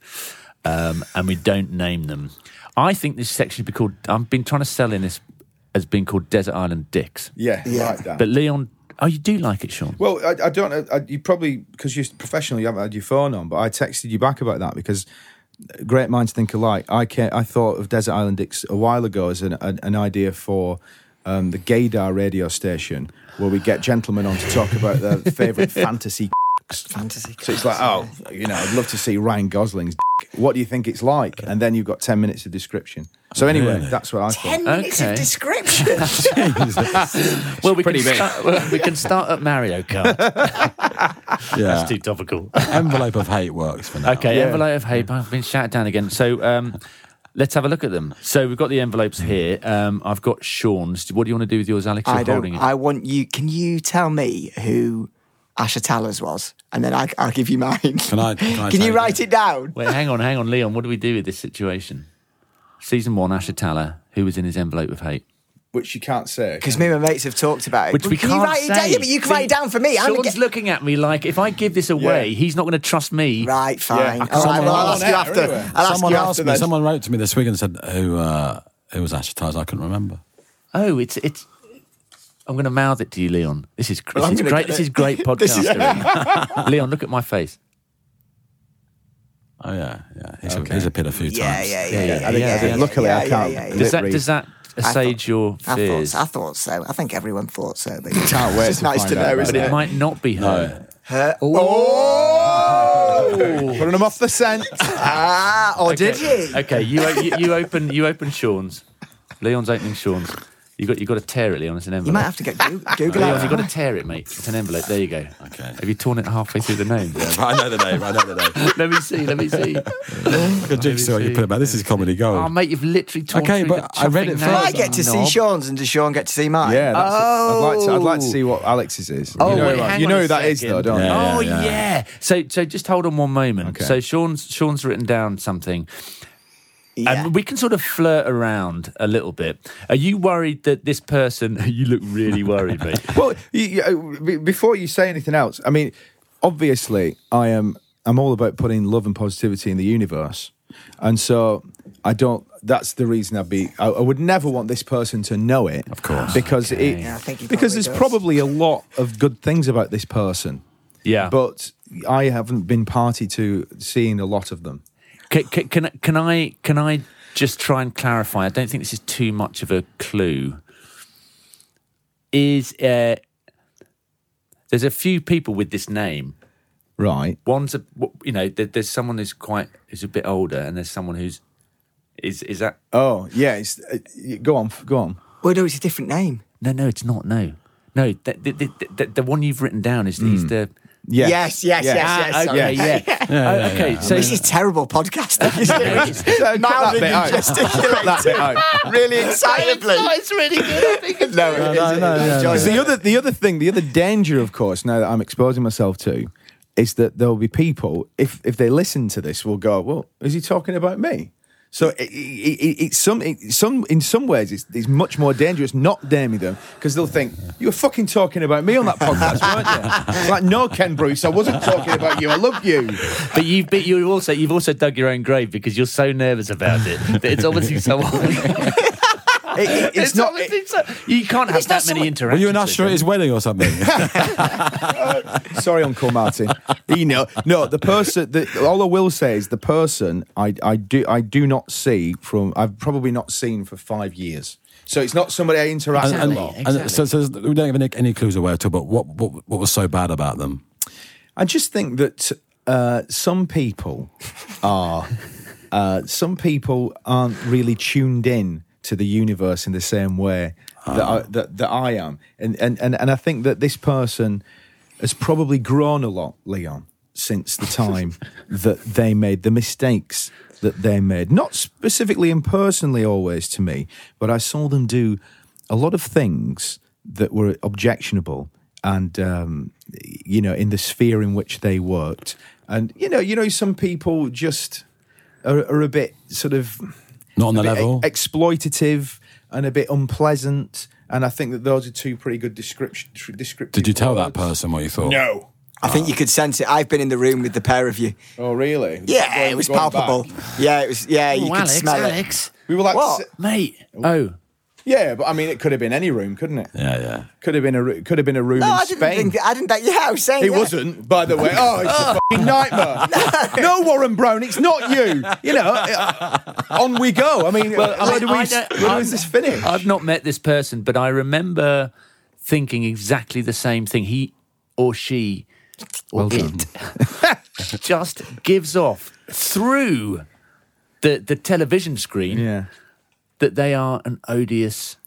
um, and we don't name them. I think this section should be called. I've been trying to sell in this as being called Desert Island Dicks,
Yeah,
Yeah.
like that.
but Leon, oh, you do like it, Sean.
Well, I, I don't know. I, you probably because you're professional, you haven't had your phone on. But I texted you back about that because great minds think alike. I can I thought of Desert Island Dicks a while ago as an an, an idea for. Um, the Gaydar radio station, where we get gentlemen on to talk about their favourite fantasy.
Fantasy.
So it's like, oh, you know, I'd love to see Ryan Gosling's. What do you think it's like? And then you've got ten minutes of description. So anyway, that's what I thought.
Ten minutes
Okay.
of description.
Well, we
pretty
can
big.
start, well, we can start at Mario Kart.
Yeah.
That's too topical.
Envelope of hate works for now.
Okay, envelope of hate. I've been shouted down again. So um, let's have a look at them. So we've got the envelopes here. Um, I've got Sean's. What do you want to do with yours, Alex? You're
I don't.
holding it.
I want you. Can you tell me who Asher Tallers was, and then I, I'll give you mine. Can
I- can I
you
take
write it down?
Wait, hang on, hang on, Leon. What do we do with this situation? Season one, Asher Taller, who was in his envelope of hate.
Which you can't say.
Because me and my mates have talked about it.
Which
But
we
can
can't
you write
say.
it down? Yeah, but you can write it down for me. I'm
Sean's
gonna get...
looking at me like, if I give this away,
Yeah.
he's not going to trust me.
Right, fine.
Yeah.
All right, well,
Someone
I'll ask you
else,
after.
anyway.
I'll ask
Someone
you
asked
after
me.
then.
Someone wrote to me this week and said who uh, who was advertised. I couldn't remember.
Oh, it's it's. I'm going to mouth it to you, Leon. This is,
Well, I'm
this is
gonna
great.
get
This
it.
is great
This is-
podcasting. Leon, look at my face.
Oh yeah, yeah. He's, a, he's appeared a few
Yeah,
times.
yeah, yeah. yeah,
I think- I
yeah,
think
yeah,
luckily
yeah,
I can't
Yeah, yeah, yeah.
Lip
Does that
read.
does that assuage your
I
fears?
thought, I thought so. I think everyone thought so. But
Can't wait
It's just
to
nice
find out
to know,
about
isn't
but
it?
it might not be her.
Putting them off the scent.
Ah, or did you?
Okay, you, o- you you open you open Sean's. Leon's opening Sean's. You got you got to tear it, Leon. It's an envelope.
You might have to get Goo- Google
Leon, you
it.
got to tear it, mate. It's an envelope. There you go.
Okay.
Have you torn it halfway through the name?
Yeah, I know the name. I know the name.
let me see. Let me see.
Like a jigsaw you put about. This is comedy
Oh,
gold.
mate, you've literally torn.
Okay,
through
but
the
I read it
chuffing
I
first.
nail.
get to see
Knob.
Sean's, and does Sean get to see mine?
Yeah, that's it. I'd like to. I'd like to
Oh.
see what Alex's is.
Oh,
you know,
wait,
what-
hang
you
on
know
a
who that is, though,
second.
don't you?
Yeah.
oh yeah. So so just hold on one moment.
Okay.
So Sean's Sean's written down something.
Yeah.
And we can sort of flirt around a little bit. Are you worried that this person? You look really worried, mate.
Well, you, you, uh, be- before you say anything else, I mean, obviously, I am. I'm all about putting love and positivity in the universe, and so I don't. That's the reason I'd be. I, I would never want this person to know it, of
course.
because it.
Yeah, I think he
because
probably
there's
does.
probably a lot of good things about this person,
Yeah,
but I haven't been party to seeing a lot of them.
Can, can, can, can I can I just try and clarify? I don't think this is too much of a clue. Is uh, there's a few people with this name.
Right.
One's a you know there, there's someone who's quite who's a bit older, and there's someone who's is is that
Oh, yeah. It's, uh, y- go on. f- Go on.
Well, no, it's a different name.
no no it's not no no the the, the, the, the one you've written down is he's the
Yeah.
Yes, yes,
Yeah.
yes,
Ah,
yes. sorry.
okay yeah, Oh, okay so
This is terrible podcasting. isn't it?
So cut that
Mouthing
bit
and
out. Cut that bit
gesticulating
out.
really excitably.
it's really good.
No, it is.
no, no, no,
Because the other the other thing, the other danger, of course, now that I'm exposing myself to, is that there'll be people if if they listen to this, will go, well, is he talking about me? So it, it, it, it's some it, some in some ways it's, it's much more dangerous not damning them because they'll think you were fucking talking about me on that podcast, weren't you? It's like no, Ken Bruce, I wasn't talking about you. I love you.
But you've been, you also you've also dug your own grave because you're so nervous about it that it's obviously someone.
It- it- it's, not. it-
obviously so- you can't have that many
Were
interactions.
you an usher at his wedding or something?
Sorry, Uncle Martin. You know, no. The person, the, all I will say is the person I, I do I do not see from I've probably not seen for five years. So it's not somebody I interact
and,
with a
and,
lot.
and so, so we don't have any, any clues away at all. But what, what what was so bad about them?
I just think that uh, some people are uh, some people aren't really tuned in to the universe in the same way that I, that, that I am, and, and and and I think that this person has probably grown a lot, Leon, since the time that they made the mistakes that they made. Not specifically and personally always to me, but I saw them do a lot of things that were objectionable and um, you know in the sphere in which they worked. And you know, you know, some people just are, are a bit sort of
Not on the
a bit
level.
e- exploitative and a bit unpleasant. And I think that those are two pretty good description. Descriptive
Did you tell that
words.
person what you thought?
No.
I think you could sense it. I've been in the room with the pair of you.
Oh, really?
Yeah,
Going-
it was
going
palpable.
back.
Yeah, it was. Yeah, you
Oh,
could
Alex,
smell it.
Alex,
We were like,
What?
s-
mate. Oh,
yeah, but I mean, it could have been any room, couldn't it?
Yeah, yeah.
Could have been a ro- could have been a room
No,
in
I didn't
Spain.
think. I didn't. think- Yeah, I was saying
it
yeah.
wasn't, by the way. Oh, it's a fucking nightmare. no, Warren Brown, it's not you. You know, uh, on we go. I mean,
I
where do we,
mean, I
where
don't-
does this finish?
I've not met this person, but I remember thinking exactly the same thing. He or she or it just gives off through the the television screen
yeah.
that they are an odious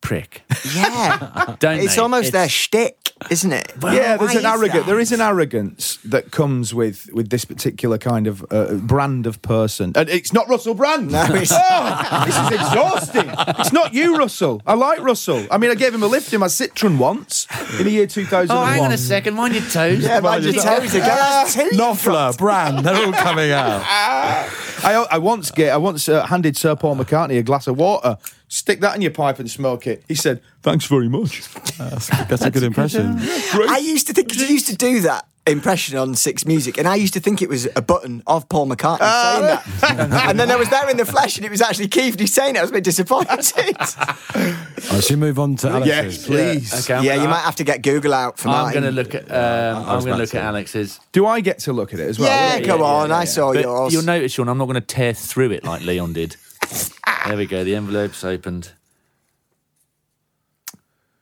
prick.
Yeah,
Don't
it's
they?
almost their
It's-
shtick, isn't it?
yeah, there's
Why
an arrogant.
that?
There is an arrogance that comes with with this particular kind of uh, brand of person, and it's not Russell Brand.
it's-
Oh, this is exhausting. It's not you, Russell. I like Russell. I mean, I gave him a lift in my Citroen once in the year 2001.
Oh, hang on a second. Mind your toes.
Yeah, mind your toes again. That's two.
Knopfler, Brand, they're all coming out.
I, I once get I once uh, handed Sir Paul McCartney a glass of water. Stick that in your pipe and smoke it. He said, "Thanks very much."
That's, that's a good impression.
I used to think 'cause he used to do that impression on Six Music, and I used to think it was a button of Paul McCartney saying that. and then I was there in the flesh, and it was actually Keith who's saying it. I was a bit disappointed.
I should move on to Alex's.
Yes, please.
Okay, I'm
yeah,
gonna-
you might have to get Google out for
I'm
mine.
going to look at. Um, I'm
was
going
about
to look
to.
at Alex's.
Do I get to look at it as well?
yeah,
Really?
come on. I saw
But
yours.
you'll notice, Sean, I'm not going to tear through it like Leon did. there we go. The envelope's opened.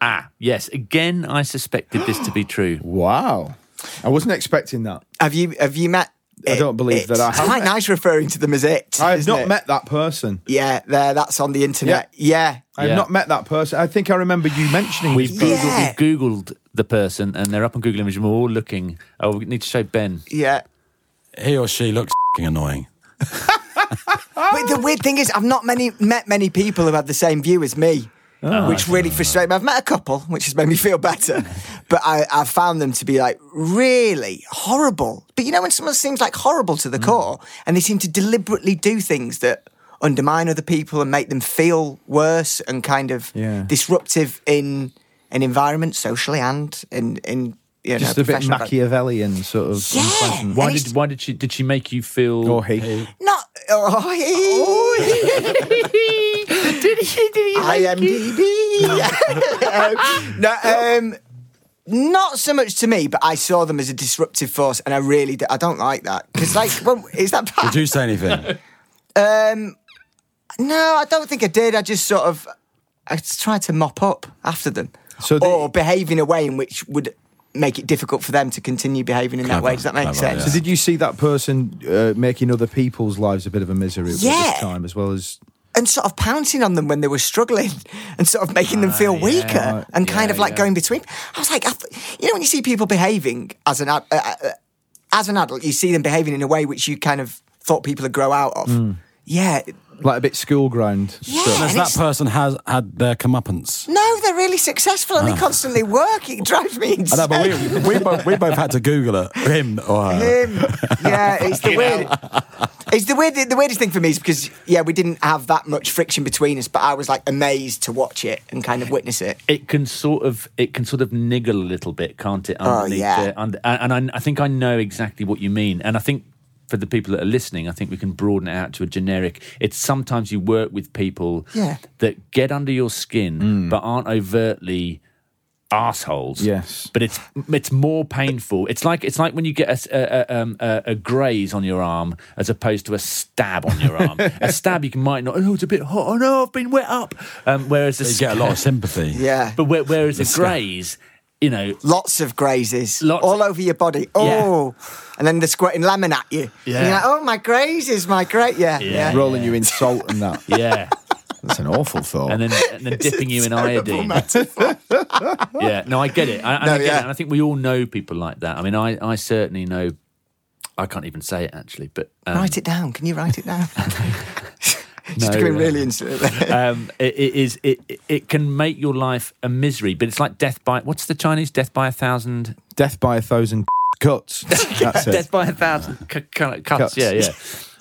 Ah, yes. Again, I suspected this to be true.
Wow, I wasn't expecting that.
Have you have you met?
I don't believe that I
It's
have
quite
met-
nice referring to them as it.
I have
isn't
not
it?
met that person.
Yeah, there. That's on the internet. Yeah.
I have
Yeah.
not met that person. I think I remember you mentioning
We've
this.
Googled,
person.
Yeah.
we've Googled the person, and they're up on Google Image, and we're all looking. Oh, we need to show Ben.
Yeah.
He or she looks f***ing annoying.
But the weird thing is, I've not many met many people who had the same view as me,
Oh,
which really frustrates me. I've met a couple, which has made me feel better, but I, I found them to be like really horrible. But you know, when someone seems like horrible to the
Mm.
core, and they seem to deliberately do things that undermine other people and make them feel worse and kind of
Yeah.
disruptive in an environment socially and in in you know
Just a bit
professional-
Machiavellian sort of.
Yeah,
unpleasant.
and
Why
it's
did Why did she Did she make you feel?
Or he.
not? Oh, yeah.
did he? Did he?
IMDb. no, um, not so much to me, but I saw them as a disruptive force, and I really, d I don't like that because, like, when, is that bad? Um,
Did you say anything?
no, I don't think I did. I just sort of, I just tried to mop up after them,
So they-
or behave in a way in which would make it difficult for them to continue behaving in that way. Does that make
Clever,
sense?
yeah.
So did you see that person uh, making other people's lives a bit of a misery at
Yeah.
this time, as well as
and sort of pouncing on them when they were struggling and sort of making them
Ah,
feel weaker and kind of like going between. I was like, I th- you know, when you see people behaving as an ad- uh, uh, uh, as an adult, you see them behaving in a way which you kind of thought people would grow out of. Yeah,
like a bit school ground?
yeah.
Unless
and
Hmm. that
it's-
person has had their comeuppance.
no, they're really successful and they constantly work. It drives me
Ah. I
insane.
know, but we, we, both, we both had to Google it, him or her.
Him. Yeah, it's the weird. It's the weird. The weirdest thing for me is because yeah, we didn't have that much friction between us, but I was like amazed to watch it and kind of witness it.
it can sort of it can sort of niggle a little bit, can't it? Underneath
Oh, yeah.
the- under, and and I, I think I know exactly what you mean. And I think for the people that are listening, I think we can broaden it out to a generic. It's sometimes you work with people
Yeah.
that get under your skin
Mm.
but aren't overtly assholes.
Yes.
but it's it's more painful. It's like it's like when you get a, s- a- a, um, a, a graze on your arm as opposed to a stab on your arm. a stab you can, might not. Oh, it's a bit hot. Oh no, I've been wet up. Um, whereas a
You get a lot of sympathy.
Yeah.
but where, whereas a graze, you know,
Lots of grazes
Lots-
all over your body. Oh, and then they're squirting lemon at you.
Yeah.
And you're like, oh, my grazes, my great. Yeah.
Yeah.
Rolling you in salt and that.
yeah,
That's an awful thought.
and then and then dipping you in iodine. yeah, no, I get it. I, and I get
yeah.
it. And I think we all know people like that. I mean, I I certainly know I can't even say it actually, but um,
write it down. Can you write it down? It's
No,
becoming
no.
really into
um, it, it is it it- it can make your life a misery, but it's like death by what's the Chinese death by a thousand
Death by a thousand cuts. That's it.
death by a thousand c- c- cuts.
Cuts.
Yeah, yeah,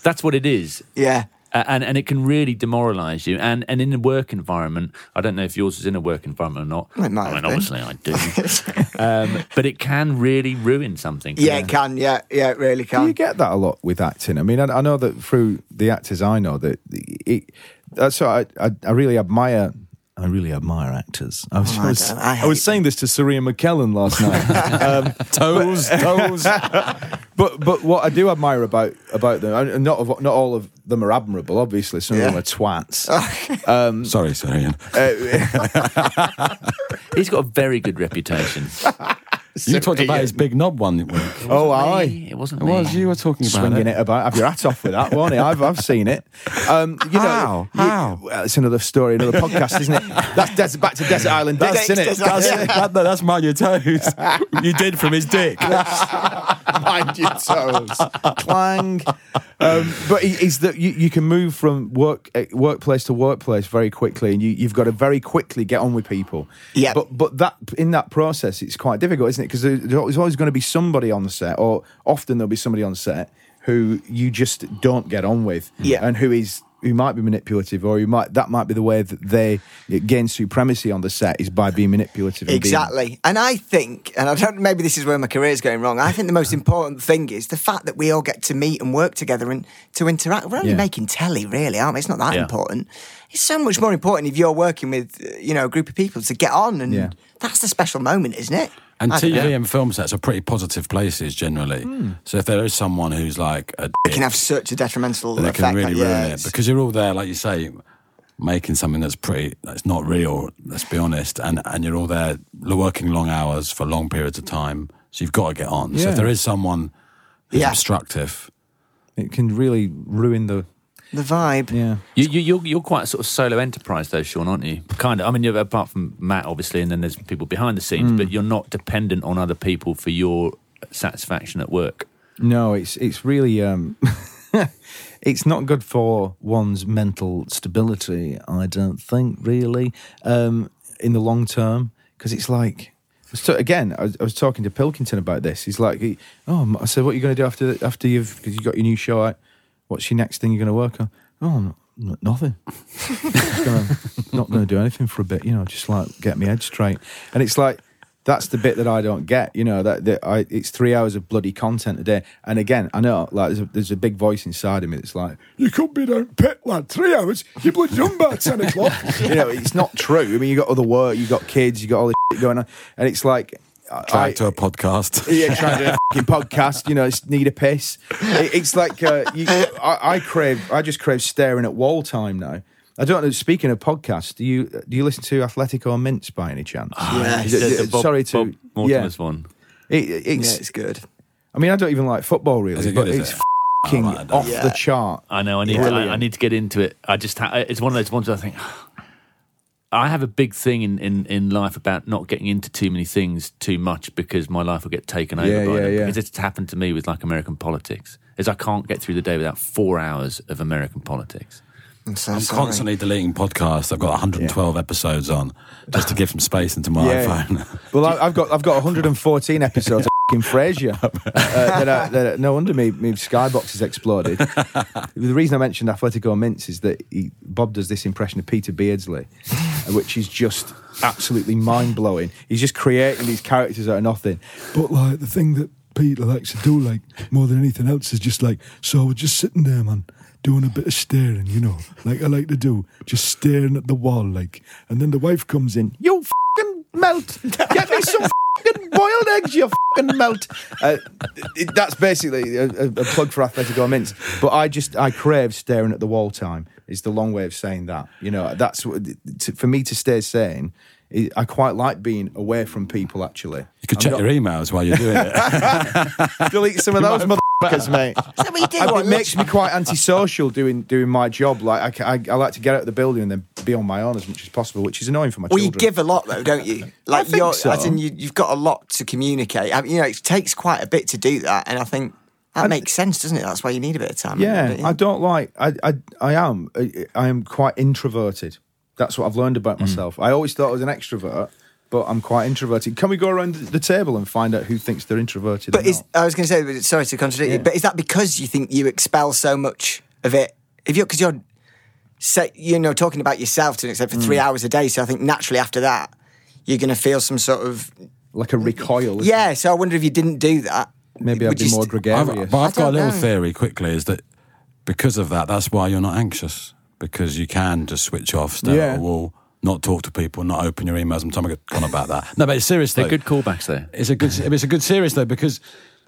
that's what it is.
Yeah.
Uh, and and it can really demoralise you. And and in the work environment, I don't know if yours is in a work environment or not.
Well, it might
I
have
mean,
been.
obviously I do, um, but it can really ruin something.
Yeah, it can. Yeah, yeah, it really
Do you
can.
get that a lot with acting? I mean, I, I know that through the actors I know that it. That's why I, I, I really admire. I really admire actors. I was,
Oh, I
I was,
don't- I
I
hate
was saying this to Saria McKellen last night. um,
Toes, toes.
but but what I do admire about about them, and not of, not all of them are admirable. Obviously, some of
Yeah.
them are twats.
sorry, sorry, Ian.
He's got a very good reputation.
you talked about his big knob one week.
oh, aye.
Me, it wasn't
It
me.
was you were talking about
swinging it about. Have your hat off with that one. I've, I've seen it. Um, you
How?
Know, you-
How?
well, it's another story, another podcast, isn't it? That's, that's back to Desert Island Dicks,
Dicks,
isn't it?
Desert Island
That's
That's, that, no, that's mind your toes. you did from his dick.
mind your toes. Clang. Um, but it is that you, you can move from work eh, workplace to workplace very quickly, and you, you've got to very quickly get on with people.
Yeah.
But but that in that process, it's quite difficult, isn't it? Because there's always going to be somebody on the set, or often there'll be somebody on set who you just don't get on with,
Yeah.
and who is. Who might be manipulative, or who might that might be the way that they gain supremacy on the set is by being manipulative. and being-
Exactly. And I think, and I don't maybe this is where my career's going wrong, I think the most important thing is the fact that we all get to meet and work together and to interact. We're only
Yeah.
making telly, really, aren't we? It's not that
Yeah.
important. It's so much more important if you're working with, uh, you know, a group of people to get on and
Yeah.
that's the special moment, isn't it?
And
I
TV
think-
and film sets are pretty positive places generally. So if there is someone who's like a
It
dick,
can have such a detrimental
they
effect.
can really
yeah,
ruin it
it's-
because you're all there, like you say, making something that's pretty that's not real. Let's be honest, and and you're all there working long hours for long periods of time. So you've got to get on. So
Yeah.
if there is someone who's
Yeah.
obstructive,
It can really ruin the
the vibe.
yeah.
You, you, you're, you're quite a sort of solo enterprise, though, Sean, aren't you? Kind of. I mean, you're, apart from Matt, obviously, and then there's people behind the
Mm.
scenes, but you're not dependent on other people for your satisfaction at work.
No, it's it's really um, it's not good for one's mental stability. I don't think really um, in the long term because it's like. So again, I was, I was talking to Pilkington about this. He's like, he- "Oh," m- I said, "What are you going to do after the- after you've because you got your new show out? What's your next thing you're going to work on?" Oh, no, n- nothing. Just gonna- not going to do anything for a bit. You know, just like get my head straight. And it's like that's the bit that I don't get. You know, that, that I it's three hours of bloody content a day. And again, I know like there's a, there's a big voice inside of me that's like,
You could be down pit, lad. Three hours. You're bloody done by 10 o'clock.
you know, it's not true. I mean, you got other work, you got kids, you got all this shit going on, and it's like. I-
try
I-
to a podcast.
yeah, trying to do a fucking podcast. You know, it's need a piss. It- it's like uh, you, I, I crave. I just crave staring at wall time now. I don't know. Speaking of podcasts, do you do you listen to Athletic or Mints by any chance?
Yeah.
Is it-
The- the Bob-
sorry to
Bob Mortimer's
yeah.
one.
It, it's,
Yeah, it's good.
I mean, I don't even like football really,
Is it
but
good, is
it's
it?
fucking
Oh, right, I don't-
off
Yeah.
the chart.
I know. I need. To, I, I need to get into it. I just. Ha- it's one of those ones where I think. I have a big thing in, in, in life about not getting into too many things too much because my life will get taken over
Yeah,
by
yeah,
them.
yeah.
Because it's happened to me with like American politics. Is I can't get through the day without four hours of American politics.
I'm so
I'm
sorry.
constantly deleting podcasts. I've got 112 episodes on just to give some space into my
Yeah.
iPhone.
Well, I, I've got I've got 114 episodes of fucking Frasier. Uh, that I, that I- no wonder me, me skybox has exploded. the reason I mentioned Atletico Mints is that he, Bob does this impression of Peter Beardsley, which is just absolutely mind blowing. He's just creating these characters out of nothing.
But like the thing that Peter likes to do, like more than anything else, is just like so. I was just sitting there, man, doing a bit of staring, you know, like I like to do, just staring at the wall, like. And then the wife comes in.
You fucking melt. Get me some fucking boiled eggs, you fucking melt. Uh, it, that's basically a, a, a plug for Atletico Mints. But I just, I crave staring at the wall time, is the long way of saying that. You know, that's what, to, for me to stay sane. I- I quite like being away from people, actually.
You could check your emails while you're doing it.
Delete some of those motherfuckers, mate.
Is that what you do?
I-
What,
it makes me quite antisocial doing doing my job. Like I, ca- I, I like to get out of the building and then be on my own as much as possible, which is annoying for my
Well, you
children.
give a lot though, don't you? Like
think
you're,
so.
as in you, you've got a lot to communicate. I mean, you know, it takes quite a bit to do that, and I think That makes sense, doesn't it? That's why you need a bit of time.
Yeah,
don't you?
I don't like. I, I I am. I, I am quite introverted. That's what I've learned about myself. I always thought I was an extrovert, but I'm quite introverted. Can we go around the table and find out who thinks they're introverted?
But
or
is
not?
I was going to say, but sorry to contradict you, but is that because you think you expel so much of it? If you're because you're, say, you know, talking about yourself to an extent for
Mm.
three hours a day, so I think naturally after that, you're going to feel some sort of
like a recoil? isn't
yeah. So I wonder if you didn't do that,
it? Maybe I'd
would
be
you
more
st-
gregarious.
I've, but I've
I
got a
don't
little
know.
theory quickly is that because of that, that's why you're not anxious because you can just switch off, stare
Yeah.
at a wall, not talk to people, not open your emails. I'm talking gone about that. No, but it's serious though.
They're good callbacks, though.
It's a good. It's a good series though because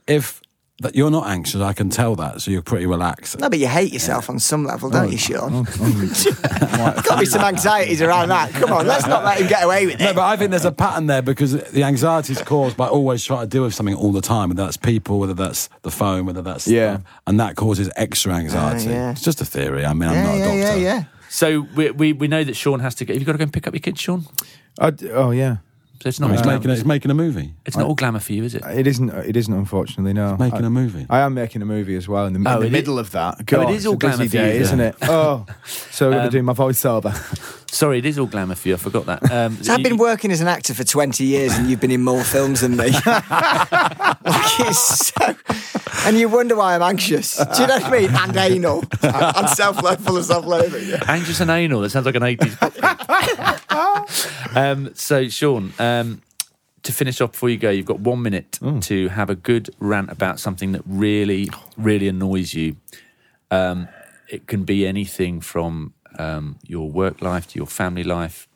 if that you're not anxious, I can tell that. So you're pretty relaxed.
No, but you hate yourself on some level,
Oh,
don't you, Sean? Got to be some anxieties around that. Come on, let's not let him get away with
No,
it.
but I think there's a pattern there because the anxiety is caused by always trying to deal with something all the time, whether that's people, whether that's the phone, whether that's
Yeah.
and that causes extra anxiety.
Uh, yeah.
It's just a theory. I mean, I'm
Yeah,
not a
yeah,
doctor.
yeah, yeah.
So we, we we know that Sean has to go. Have you got to go and pick up your kids, Sean?
I'd- oh yeah.
So it's not.
He's
all glam-
making a, he's making a movie.
it's not all glamour for you, is it?
It isn't. It isn't. Unfortunately, no.
Making
I-
a movie.
I am making a movie as well in the, in
Oh, it
the
is-
middle of that.
Oh, it
God,
is
it's
all
a busy
glamour for you,
day,
yeah. Um,
isn't it? Oh, so we're gonna do my voiceover.
Sorry, it is all glamour for you. I forgot that. Um,
So I've
you-
been working as an actor for 20 years and you've been in more films than me. like it's so, and you wonder why I'm anxious. Do you know what I mean? And anal. And self-love, full of self-loathing. Yeah.
Anxious and anal. That sounds like an 80s pop group. um, so, Sean, um, to finish off before you go, you've got one minute to have a good rant about something that really, really annoys you. Um, it can be anything from um, your work life to your family life.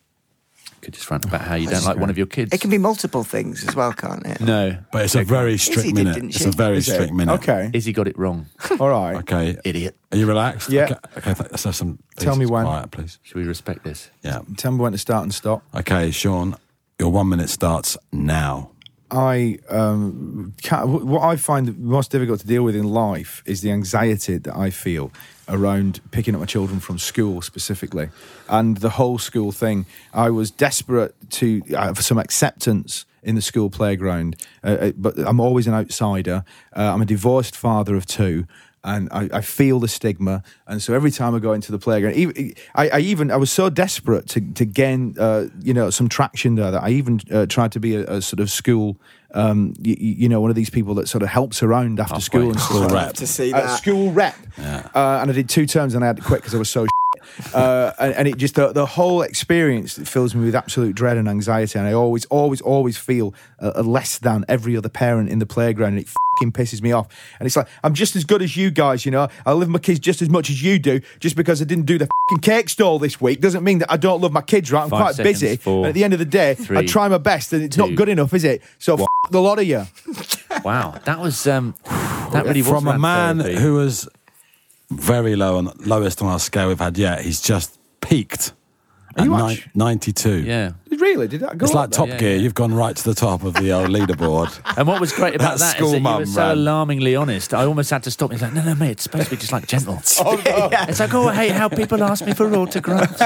You could just rant about how
Oh,
you don't like one of your kids.
It can be multiple things as well, can't it?
no,
But it's a very strict
did,
minute.
didn't
It's
she?
a very strict minute.
okay.
Izzy got it wrong.
All right.
Okay.
Idiot.
Are you relaxed?
Yeah.
Okay. okay th- let's have some. please,
Tell me when.
Quiet, please.
Should we respect this?
Yeah.
Tell me when to start and stop.
Okay, Sean. Your one minute starts now.
I um, can't, wh- what I find most difficult to deal with in life is the anxiety that I feel around picking up my children from school specifically, and the whole school thing. I was desperate to uh, for some acceptance in the school playground, uh, uh, but I'm always an outsider. Uh, I'm a divorced father of two. And I, I feel the stigma, and so every time I go into the playground, even, I, I even I was so desperate to to gain uh, you know some traction there that I even uh, tried to be a, a sort of school um, you, you know one of these people that sort of helps around after school and
School
stuff.
rep.
To see
Uh,
that.
school rep. Uh, and I did two terms and I had to quit because I was so. uh, and, and it just the, the whole experience that fills me with absolute dread and anxiety, and I always, always, always feel uh, uh, less than every other parent in the playground, and it fucking pisses me off. And it's like I'm just as good as you guys, you know. I love my kids just as much as you do. Just because I didn't do the fucking cake stall this week doesn't mean that I don't love my kids, right? I'm
Five
quite
seconds,
busy,
four,
and at the end of the day, I
three,
try my best, and it's not
two,
good enough, is it? So f- the lot of you.
Wow, that was um, that really was
From a
rant
man
therapy.
who was very low on lowest on our scale we've had yet, he's just peaked
Are
at
you
ni-
actually-
92.
yeah.
Really? Did that go?
It's
up
like
there?
Top
yeah,
Gear.
yeah.
You've gone right to the top of the old leaderboard.
And what was great about
That
that is
school
that you were
mum
so
ran.
alarmingly honest. I almost had to stop. He's like, no, no, mate, it's supposed to be just like gentle. It's like, oh, I hate how people ask me for autographs.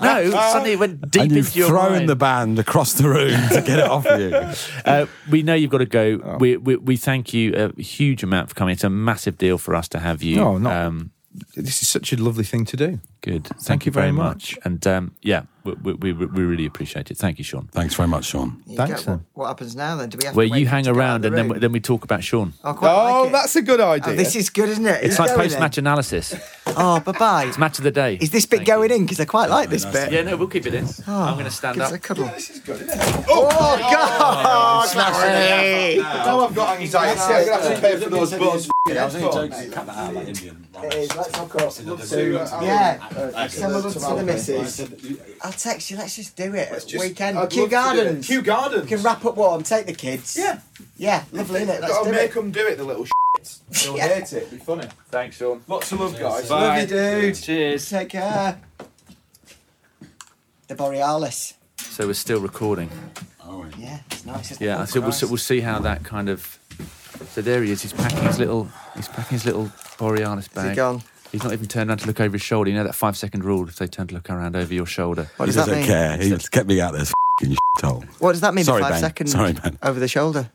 No, suddenly it went deep
and you've
into your
thrown
mind.
the band across the room to get it off you.
Uh, we know you've got to go.
Oh.
We, we we thank you a huge amount for coming. It's a massive deal for us to have you.
No, not-
Um,
This is such a lovely thing to do.
good. Thank,
you very much.
And um, yeah, we, we, we, we really appreciate it. Thank you, Sean.
Thanks very much, Sean.
You
Thanks,
go,
then.
what, what happens now then? Do we have
Where
to wait
you
for him
hang
to get out
around
of
and
the
then
room?
we- then we talk about Sean.
I quite
oh,
like it.
that's a good idea.
Oh, this is good, isn't it?
It's like post-match analysis.
Oh, bye bye.
Match of the day.
Is this bit
Thank you.
going in? Because I quite like this bit.
Yeah, no, we'll keep it in. I'm going to stand
Give us
up.
a cuddle. Oh,
oh, now I've got anxiety. I'm going to have to pay for those buttons.
Yeah. Uh, Send my love to the missus. I'll text you. Let's just do it. Weekend. Kew Gardens.
Kew
You
Gardens.
can wrap up warm. Take the kids.
Yeah.
Yeah. Lovely, innit? Let's
Gotta
do
make
it.
them do it, the little shits. They'll
Yeah.
hate it. Be funny.
Thanks, Sean.
Lots of love, guys.
Love you, dude.
Cheers.
Take care. The Borealis.
So we're still recording.
Yeah, it's nice. isn't it?
Yeah.
Oh,
So we'll,
Christ.
so we'll see how that kind of. So there he is. He's packing his little. He's packing his little Borealis
Is
bag.
he gone?
He's not even turned around to look over his shoulder. You know that five second rule. If they turn to look around over your shoulder,
What
he
does that
doesn't
mean?
care. He kept me out of this fing shithole.
What does that mean?
Sorry,
the five
Ben.
seconds
Sorry, Ben.
over the shoulder.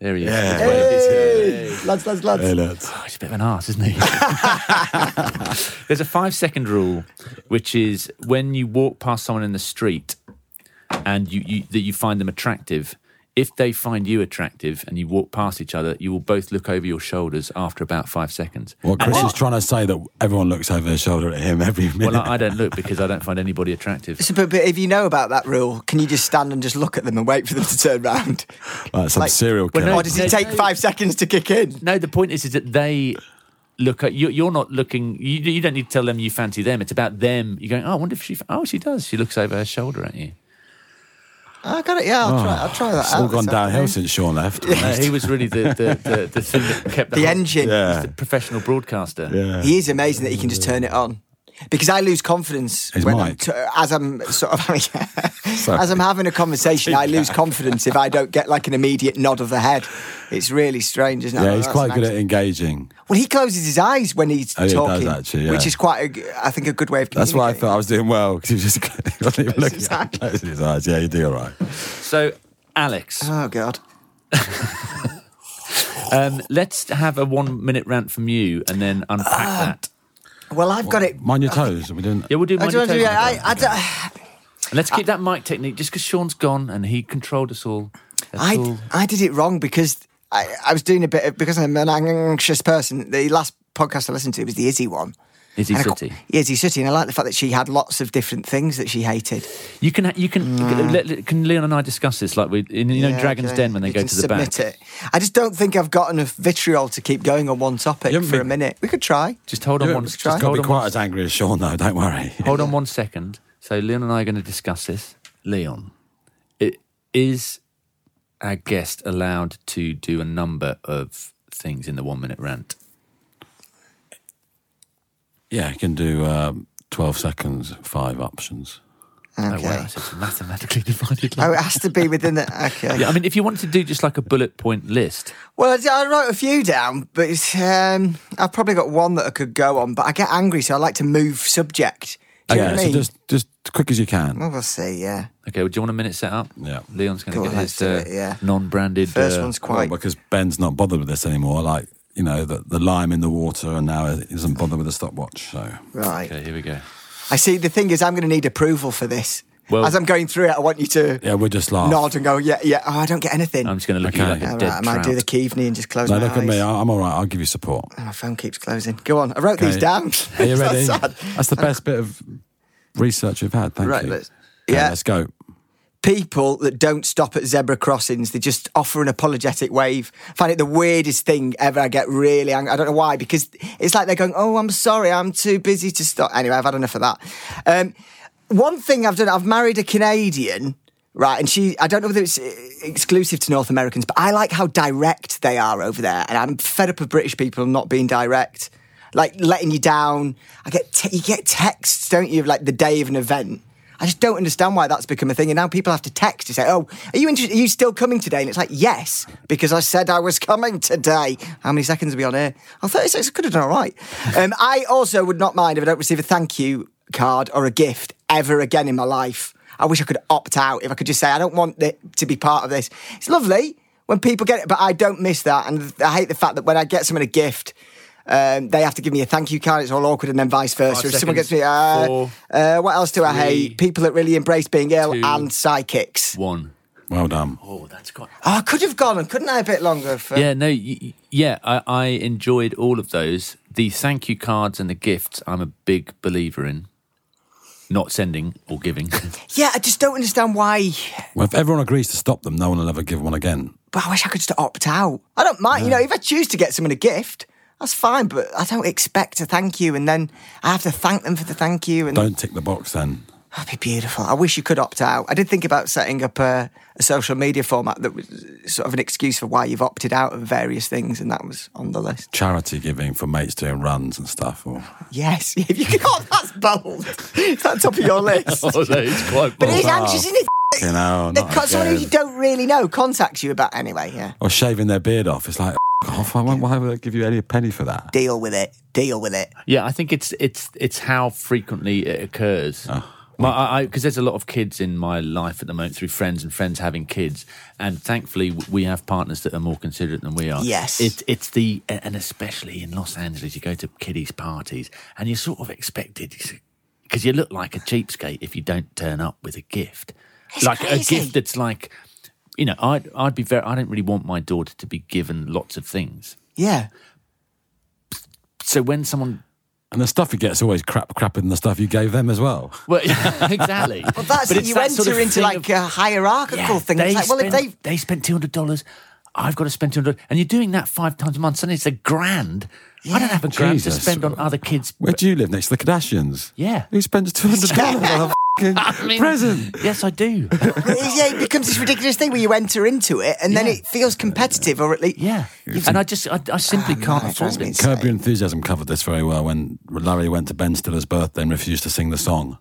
There he is.
Hey! Lads, lads, lads.
Oh, he's a bit of an ass, isn't he? There's a five second rule, which is when you walk past someone in the street and you, you that you find them attractive. If they find you attractive and you walk past each other, you will both look over your shoulders after about five seconds.
Well, Chris
And
is trying to say that everyone looks over their shoulder at him every minute.
then- well, I, I don't look because I don't find anybody attractive.
So, but, but if you know about that rule, can you just stand and just look at them and wait for them to turn round?
like some
like-
serial
Well,
killer.
no,
or does it take five seconds to kick in?
No, the point is, is that they look at you. You're not looking. You, you don't need to tell them you fancy them. It's about them. You're going. Oh, I wonder if she. Oh, she does. She looks over her shoulder at you.
I got it. Yeah, I'll try. I'll try Oh, that.
Oh, It's
out
all
this
gone downhill
afternoon.
since Sean left.
Uh, he was really the the, the, the thing that kept
The
whole-
engine.
Yeah.
He's the professional broadcaster.
Yeah.
He is amazing that he can just turn it on. Because I lose confidence
His
when
mic.
I'm t- as I'm sort of as I'm having a conversation, I lose confidence if I don't get like an immediate nod of the head. It's really strange, isn't it?
yeah,
Oh,
he's
that's
quite good
nice.
at engaging.
Well, he closes his eyes when he's
Oh, yeah, he does
talking,
actually, yeah.
which is quite, a g I think, a good way of.
That's why I
communicating.
thought I was doing well because he was just he wasn't even looking
his
at
eyes.
closing his eyes. Yeah, you do all right.
So, Alex,
Oh God.
um, let's have a one minute rant from you and then unpack that.
Well, I've got it.
Mind your toes. We didn't.
Yeah, we'll do
Uh, I
mind your
don't,
toes.
yeah, I, I don't,
and let's keep that mic technique just because Sean's gone and he controlled us all. That's all.
I, I did it wrong because I, I was doing a bit of because I'm an anxious person. The last podcast I listened to was the Izzy one.
Izzy
And I-
City.
Izzy City, and I like the fact that she had lots of different things that she hated.
You can, you can, let- let- can Leon and I discuss this? Like we, in, you know,
Mm. Yeah,
Dragon's
okay.
Den when they
You
go
can
to the back.
submit it. I just don't think I've got enough vitriol to keep going on one topic
You
for a
haven't been-
minute. We could try.
Just hold on
Yeah,
one.
it's
Just
try.
Got to
hold
be
on one,
quite as angry as Sean though. Don't worry.
hold on one second. So Leon and I are going to discuss this. Leon, it, is our guest allowed to do a number of things in the one minute rant?
Yeah, you can do um, twelve seconds, five options.
Oh,
Okay.
wow, so it's mathematically divided.
Oh,
line.
it has to be within the. Okay.
Yeah, I mean, if you wanted to do just like a bullet point list,
Well, I- I wrote a few down, but it's, um, I've probably got one that I could go on, but I get angry, so I like to move subject. Do you know
Okay,
what I
so
mean?
just just as quick as you
Well,
can.
we'll see, yeah.
okay, well, do you want a minute set up?
Yeah.
Leon's going
Go
to
on,
get his
let's do
uh,
it, yeah.
non branded.
First
uh,
one's
Well,
quite.
because Ben's not bothered with this anymore. Like you know, the, the lime in the water, and now he doesn't bother with the stopwatch. So
Right.
Okay, here we go.
I see. The thing is, I'm going to need approval for this.
Well-
As I'm going through it, I want you to
yeah, we'll just laugh.
nod and go, yeah, yeah. Oh, I don't get anything.
I'm just going to look
Okay.
at you like a
All
dead
right, I might
trout.
do the Keaveney and just close
No,
my
look
eyes.
at me. I- I'm all right. I'll give you support.
Oh, my phone keeps closing. Go on. I wrote these
Okay.
down.
Are you ready?
That's sad.
That's the best bit of research you've had. Thank
Right,
you.
let's-
Okay,
yeah.
let's go.
People that don't stop at zebra crossings, they just offer an apologetic wave. I find it the weirdest thing ever. I get really angry. I don't know why, because it's like they're going, oh, I'm sorry, I'm too busy to stop. Anyway, I've had enough of that. Um, one thing I've done, I've married a Canadian, right? And she, I don't know whether it's uh, exclusive to North Americans, but I like how direct they are over there. And I'm fed up of British people not being direct, like letting you down. I get, te- you get texts, don't you, of, like the day of an event. I just don't understand why that's become a thing. And now people have to text to say, "Oh, are you inter- are you still coming today?" And it's like, "Yes," because I said I was coming today. How many seconds are we on here? Oh, 36. I could have done all right. Um, I also would not mind if I don't receive a thank you card or a gift ever again in my life. I wish I could opt out. If I could just say, "I don't want it to be part of this." It's lovely when people get it, but I don't miss that. And I hate the fact that when I get someone a gift. Um, they have to give me a thank you card. It's all awkward, and then vice versa.
Five
if someone
seconds.
gets me, uh,
Four.
uh, what else do I
Three,
hate? People that really embrace being ill
two,
and psychics.
One.
Well done.
Oh, that's quite.
Oh, I could have gone, and couldn't I, a bit longer? For...
Yeah, no, y- y- yeah, I, I enjoyed all of those. The thank you cards and the gifts, I'm a big believer in. Not sending or giving.
Yeah, I just don't understand why.
Well, if everyone agrees to stop them, no one will ever give one again.
But I wish I could just opt out. I don't mind. You know, if I choose to get someone a gift, that's fine. But I don't expect a thank you, and then I have to thank them for the thank you. And
Don't tick the box then.
that'd be beautiful. I wish you could opt out. I did think about setting up a, a social media format that was sort of an excuse for why you've opted out of various things, and that was on the list.
Charity giving for mates doing runs and stuff. Or
Yes, if you can. Oh, that's bold. It's at the top of your list.
that is quite
But it is anxious, isn't it?
you know,
They
not
cut someone who
again.
you don't really know contacts you about anyway. Yeah,
or shaving their beard off. It's like, "F- off. I won't, why would I give you any penny for that?
deal with it. Deal with it.
Yeah, I think it's it's it's how frequently it occurs My, because there's a lot of kids in my life at the moment through friends and friends having kids, and thankfully w- we have partners that are more considerate than we are.
Yes.
it, it's the and especially in Los Angeles, you go to kiddies parties and you're sort of expected because you look like a cheapskate if you don't turn up with a gift,
It's
like
crazy.
a gift that's like, you know, I'd I'd be very I don't really want my daughter to be given lots of things.
Yeah.
So when someone
And the stuff you get is always crap, crap in the stuff you gave them as well.
well, exactly.
Well, that's
But
it.
it's
You
that
enter
sort of
into
thing
like
of-
a hierarchical thing. It's like, well, if they
spent, they spent two hundred dollars, I've got to spend two hundred, and you're doing that five times a month. Suddenly it's a grand. I don't have a grand to
Jesus.
spend on other kids.
Where do you live next to the Kardashians?
Yeah.
Who spends two hundred dollars on a
I
f***ing
mean,
present?
Yes, I do.
yeah, it becomes this ridiculous thing where you enter into it and then
Yeah.
it feels competitive or at least
Yeah, and I just, I, I simply can't
no,
afford
it Ah, drives me
it.
Curb Your Enthusiasm covered this very well when Larry went to Ben Stiller's birthday and refused to sing the song.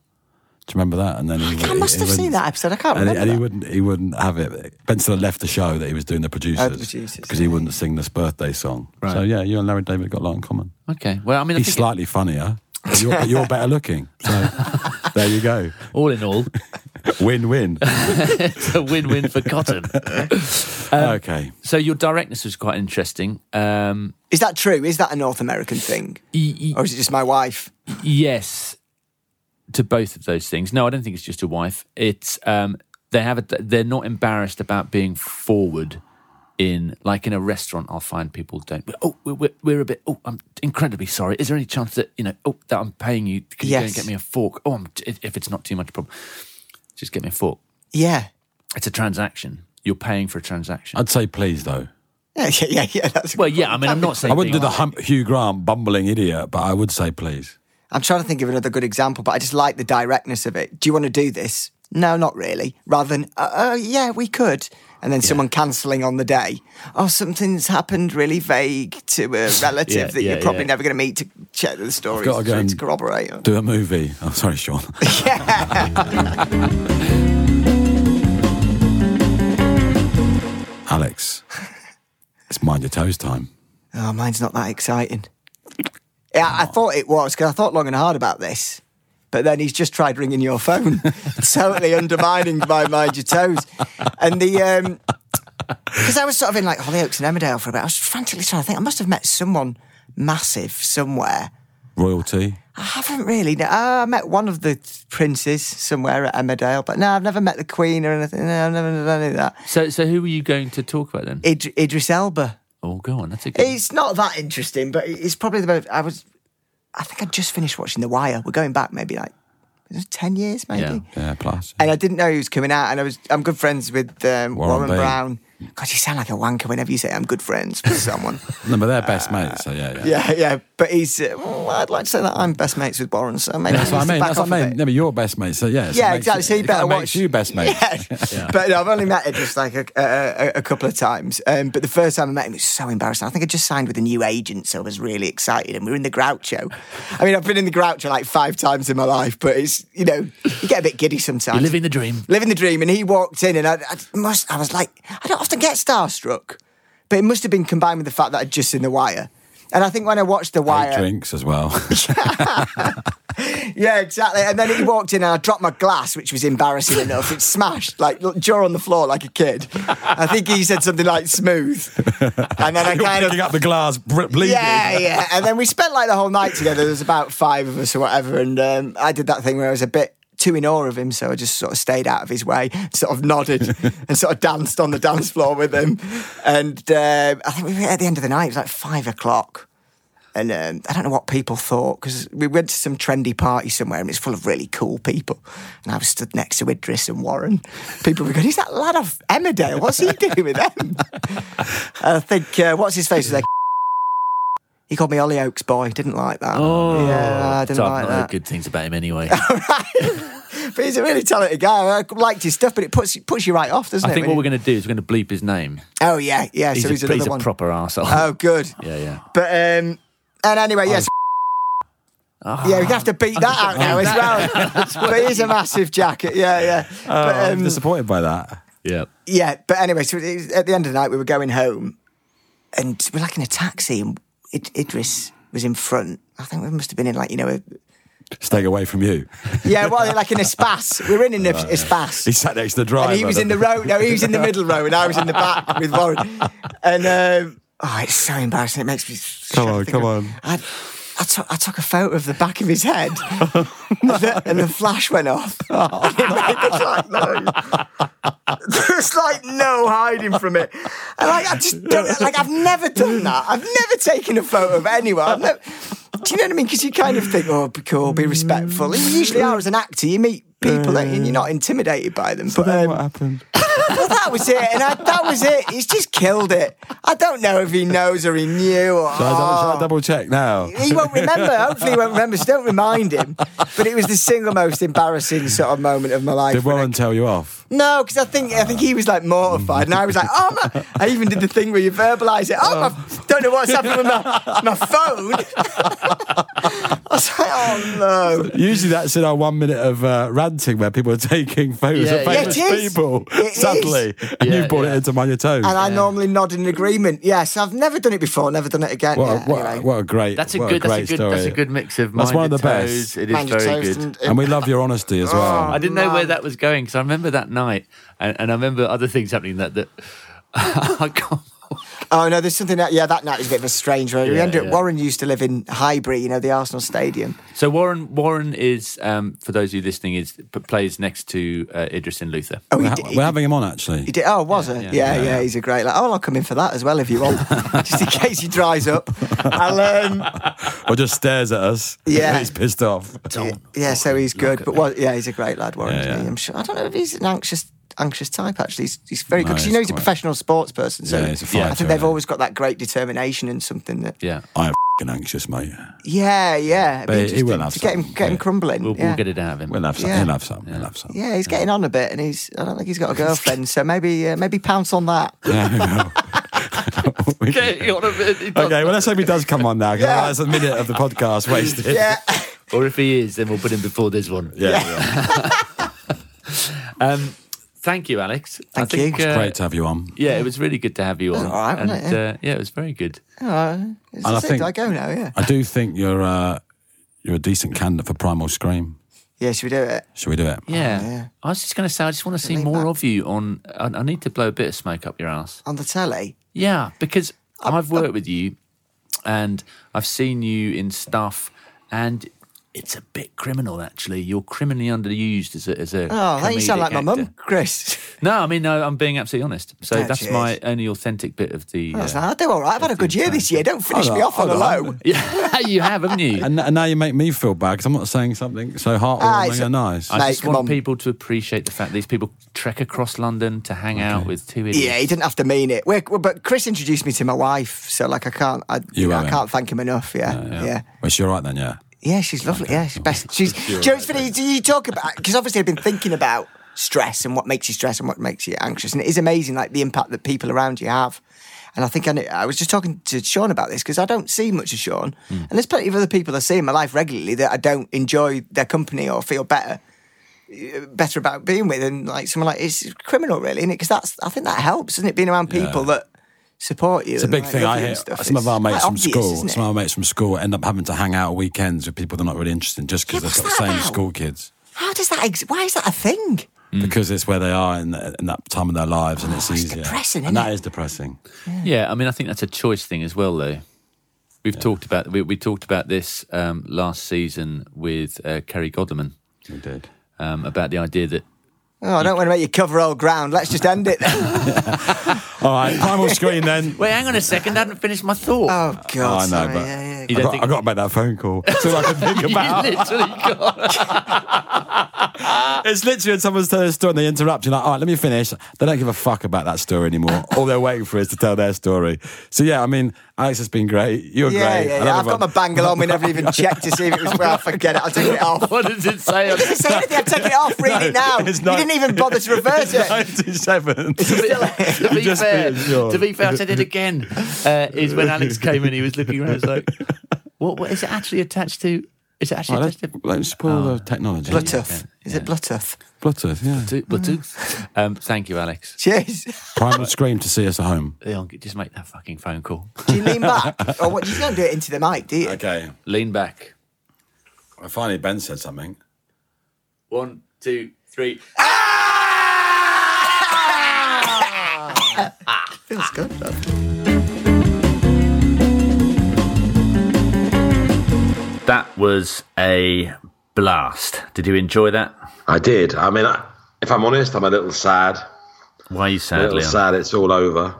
Do you remember that? And then he,
I must have seen
wouldn't-
that episode. I can't
and he,
remember
and he
that.
wouldn't. He wouldn't have it. Ben Stiller left the show that he was doing the producers,
Oh, the producers,
because he wouldn't sing this birthday song. So yeah, you and Larry David got a lot in common.
Okay, well, I mean, I
He's
think
slightly funnier, but you're, but you're better looking. So there you go.
all in all,
Win-win.
it's a win-win for Cotton.
Um,
okay.
so your directness was quite interesting. Um,
Is that true? Is that a North American thing?
y- y-
Or is it just my wife?
Yes, to both of those things. No, I don't think it's just a wife. It's um, they have a, they're not embarrassed about being forward. In like in a restaurant, I'll find people don't. Oh, we're, we're, we're a bit. Oh, I'm incredibly sorry. Is there any chance that you know? Oh, that I'm paying you. Can you go and
Yes.
get me a fork? Oh, I'm, if if it's not too much problem, just get me a fork.
Yeah.
It's a transaction. You're paying for a transaction.
I'd say please though.
Yeah, yeah, yeah. yeah that's
well, yeah. I mean, I'm not saying
I wouldn't do
being-
the hump, Hugh Grant bumbling idiot, but I would say please.
I'm trying to think of another good example, but I just like the directness of it. Do you want to do this? No, not really. Rather than, uh, uh, yeah, we could. And then someone cancelling on the day. Oh, something's happened really vague to a relative
Yeah,
that
yeah,
you're probably
yeah.
never going to meet to check the story
gotta go
to,
and-
corroborate.
Do a movie. I'm sorry, Sean. Alex, it's mind your toes time.
Oh, mine's not that exciting. Yeah, I thought it was because I thought long and hard about this. But then he's just tried ringing your phone, totally undermining my mind your toes. And the um because I was sort of in like Hollyoaks and Emmerdale for a bit. I was frantically trying to think. I must have met someone massive somewhere.
Royalty.
I haven't really. No, oh, I met one of the princes somewhere at Emmerdale, but no, I've never met the Queen or anything. No, I've never done any of that.
So, so who were you going to talk about then?
Id- Idris Elba.
oh, go on. That's a good.
It's not that interesting, but it- it's probably the most. I was, I think I just finished watching The Wire. We're going back maybe like is it ten years, maybe.
Yeah.
Yeah, plus.
And I didn't know he was coming out, and I was. I'm good friends with um, Warren,
Warren Beatty.
Brown. God, you sound like a wanker whenever you say I'm good friends with someone.
No, but they're best mates, so yeah, yeah.
yeah, yeah, but he's. Uh, well, I'd like to say that I'm best mates with Warren, so maybe
That's
he
what I
needs to
mean.
back
That's what
off a
I mean.
bit.
No, but you're best mates, so yeah. so
Yeah,
it
exactly. So you
it
better
kinda
watch
makes you best mate.
Yeah. but I've only met Idris like a, a, a, a couple of times. Um, but the first time I met him, it was so embarrassing. I think I just signed with a new agent, so I was really excited. And we were in the Groucho. I mean, I've been in the Groucho like five times in my life, but it's you know you get a bit giddy sometimes.
You're living the dream.
Living the dream, and he walked in, and I, I must. I was like, I don't often get starstruck, but it must have been combined with the fact that I'd just seen The Wire. And I think when I watched The Wire,
Eight drinks as well.
yeah, exactly. And then he walked in and I dropped my glass, which was embarrassing enough. It smashed, like, look, jaw on the floor like a kid. I think he said something like smooth. And then I
You're
kind
picking
of.
up the glass, ble- bleeding.
Yeah, yeah. And then we spent like the whole night together. There was about five of us or whatever. And um, I did that thing where I was a bit too in awe of him. So I just sort of stayed out of his way, sort of nodded and sort of danced on the dance floor with him. And um I think we were at the end of the night. It was like five o'clock. And um, I don't know what people thought because we went to some trendy party somewhere and it's full of really cool people. And I was stood next to Idris and Warren. People were going, "Is that lad off Emmerdale? What's he doing with them?" I think uh, what's his face was like. He called me Ollie Oaks boy. Didn't like that.
Oh,
yeah, I didn't
so I've
like
not
that.
heard good things about him anyway.
But he's a really talented guy. I liked his stuff, but it puts puts you right off, doesn't
I
it?
think
when
what we're
you-
going to do is we're going to bleep his name.
Oh yeah, yeah.
He's,
so
a,
he's another
he's a
one.
proper arsehole.
oh good.
yeah, yeah.
But um, and anyway, yes.
Ah.
yeah, we have to beat that out now as well. but he's a massive jacket. Yeah, yeah.
Oh,
but, um,
I'm disappointed by that.
Yeah.
yeah, but anyway, so it was- at the end of the night, we were going home, and we're like in a taxi, and Id- Idris was in front. I think we must have been in like you know a,
staying away from you.
Yeah, well, like in a spas. We were in
Oh,
an spas.
He sat next to the driver.
And he was in the row. No, he was in the middle row, and I was in the back with Warren. And um, oh, it's so embarrassing. It makes me.
Come on,
think
come
of-
on.
I, I took I took a photo of the back of his head, and, the, and the flash went off.
Oh,
And it made the flash- no. There's like no hiding from it. And like I just don't, like I've never done that. I've never taken a photo of anyone. I've never, do you know what I mean? Because you kind of think, oh, be cool, be respectful. And you usually are as an actor. You meet people and you're not intimidated by them. but um,
what happened?
well, that was it, and I, that was it. He's just killed it. I don't know if he knows or he knew or. oh.
Shall I, double, shall I double check now?
He won't remember. Hopefully, he won't remember. So don't remind him. But it was the single most embarrassing sort of moment of my life.
Did Warren tell you off?
No, because I think I think he was like mortified, and I was like, "Oh my!" I even did the thing where you verbalise it. Oh, my, don't know what's happened with my, my phone. I was like, "Oh no."
Usually that's in our one minute of uh, ranting where people are taking photos
Yeah,
of
yeah.
famous
It is.
people,
It is.
sadly. And
Yeah,
you've brought
yeah.
it into Mind Your Toes.
And I normally nod in agreement. Yes, I've never done it before. Never done it again.
What, a,
Yeah,
what, a-
anyway.
what a great
That's a
what
good.
great
that's a good.
story.
That's a good mix of.
That's one of
minded
the
toes.
best.
It is
Mind your
very
toes
good.
and-
And we love your honesty as
Oh,
well.
I didn't know where
man.
that was going because I remember that night, and, and I remember other things happening that that I can't.
Oh no, there's something that yeah, that night was a bit of a strange one.
Yeah,
Remember,
yeah.
Warren used to live in Highbury, you know, the Arsenal Stadium.
So Warren Warren is um, for those of you listening is p- plays next to uh, Idris and Luther.
Oh,
We're,
he
ha-
did, he,
we're having him on, actually.
he did. Oh, was it? Yeah yeah, he's a great. Like, oh, I'll come in for that as well if you want, just in case he dries up. I'll, um,
Or just stares at us.
Yeah.
He's pissed off.
yeah, so he's good, but what, yeah, he's a great lad, Warren.
Yeah,
isn't he?
yeah.
I'm sure. I don't know if he's an anxious anxious type. Actually, he's, he's very
No,
good. 'cause you
he's
know, he's a
quite-
professional sports person. So
Yeah, he's a
I
fighter,
think they've
yeah.
always got that great determination and something that.
Yeah,
I am fing anxious, mate.
Yeah, yeah. it'd be
But he
interesting
will have
to get him
some,
get him
yeah.
crumbling.
we'll,
yeah.
we'll get it out of him.
We'll have some.
Yeah.
He'll have some. He'll have some.
Yeah, he's getting on a bit, and he's—I don't think he's got a girlfriend, so maybe uh, maybe pounce on that.
Okay, you want a bit- he does-
Okay, well, let's hope he does come on now. 'cause
Yeah.
That's a minute of the podcast wasted.
Yeah,
Or if he is, then we'll put him before this one.
Yeah,
Um, thank you, Alex. uh,
Thank you. It's
great to have you on.
Yeah, it was really good to have you on.
all right,
and
wasn't it? Oh,
Uh, yeah, it was very good.
Is
I
this it?
think-
Do I go now? Yeah.
I do think you're uh, you're a decent candidate for Primal Scream.
Yeah, should we do it?
Should we do it?
Yeah.
yeah.
I was just going to say, I just want to see
leave
more
that.
of you on. I, I need to blow a bit of smoke up your ass.
On the telly?
Yeah, because I've worked with you and I've seen you in stuff, and it's a bit criminal, actually. You're criminally underused as a. As a
Oh, that you sound
comedic
like my
actor.
mum, Chris.
No, I mean, no, I'm being absolutely honest. So
Oh,
that's
cheers.
my only authentic bit of the.
I was
uh,
like, I do all right. I've had a good year this year. Don't finish me off on a low.
yeah, you have, haven't you?
And, and now you make me feel bad because I'm not saying something so heartwarming
Ah, it's-
and nice.
I-
I
Mate,
just
come
want
on.
people to appreciate the fact these people trek across London to hang out with two idiots.
Yeah, he didn't have to mean it. We're, we're- but Chris introduced me to my wife, so like I can't, I,
You
you know, I
haven't.
can't thank him enough. Yeah, yeah. yeah.
Well, she's all right then, yeah.
she's lovely. Yeah, she's best. She's. Do you know what's funny? Do you talk about? Because obviously, I've been thinking about stress and what makes you stress and what makes you anxious, and it is amazing, like the impact that people around you have. And I think I, kn- I was just talking to Sean about this because I don't see much of Sean,
Hmm.
and there's plenty of other people I see in my life regularly that I don't enjoy their company or feel better better about being with and like someone like it's criminal really isn't it because that's I think that helps isn't it being around people that support you
It's a big thing. I hear some of our mates from school.
isn't it?
Some of our mates from school end up having to hang out at weekends with people they're not really interested in just because
Yeah,
they've got
what's
the
that
same
about?
school kids.
how does that ex- why is that a thing
Mm.
Because it's where they are in, the, in that time of their lives, and it's easier.
Oh, depressing,
and
isn't
that
it?
is depressing.
Yeah, I mean, I think that's a choice thing as well, though. We've talked about we, we talked about this um, last season with uh, Kerry Godleman
We did.
um, about the idea that
oh I don't want to make you cover old ground let's just end it then
All right, primal screen then.
wait, hang on a second, I haven't finished my thought.
oh god
Oh, I know,
sorry.
but-
yeah, yeah.
You
I
don't
got,
think-
I got to make that phone call. That's all I can think about.
You literally got
It's literally when someone's telling a story and they interrupt you, like, all right, let me finish. They don't give a fuck about that story anymore. all they're waiting for is to tell their story. So, yeah, I mean, Alex has been great. You're
yeah,
great.
yeah,
I
yeah.
love
I've got my
everyone.
bangle on. We never even checked to see if it was well. Forget it. I'll take it off.
what does it say? On
It doesn't say anything. I'm taking it off. Read it now.
it's
You
not-
didn't even bother to reverse it.
97.
to be
just
fair,
being sure.
to be fair, I said it again. Uh, is when Alex came in, he was looking around, he was like, "What? What is it actually attached to? Is it actually
All right,
attached
let's, let's spoil the technology.
Bluetooth. Is it Bluetooth?
Bluetooth, yeah.
to Bluetooth?" Um, thank you, Alex.
Cheers.
Primal Scream to see us at home.
Leon, just make that fucking phone call.
Oh, Do you lean back? Or what? You don't do it into the mic, do you?
Okay.
Lean back.
And finally, Ben said something.
One, two, three.
Feels good.
That was a blast. Did you enjoy that?
I did. I mean, I, if I'm honest, I'm a little sad.
Why are you
A
sad,
little
Leon?
sad it's all over.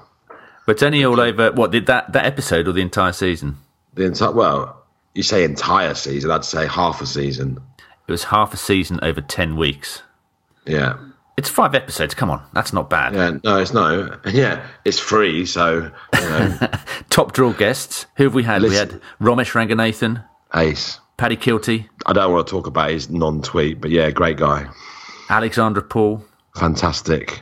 But it's only all over. What did that that episode or the entire season?
The entire well, you say entire season. I'd say half a season.
It was half a season over ten weeks.
Yeah.
It's five episodes. Come on, that's not bad.
Yeah. No, it's no. Yeah, it's free. So you know,
Top draw guests. Who have we had?
Listen-
We had Ramesh Ranganathan,
Ace.
Paddy Kilty,
I don't want to talk about his non-tweet, but yeah, great guy,
Alexandra Paul.
fantastic.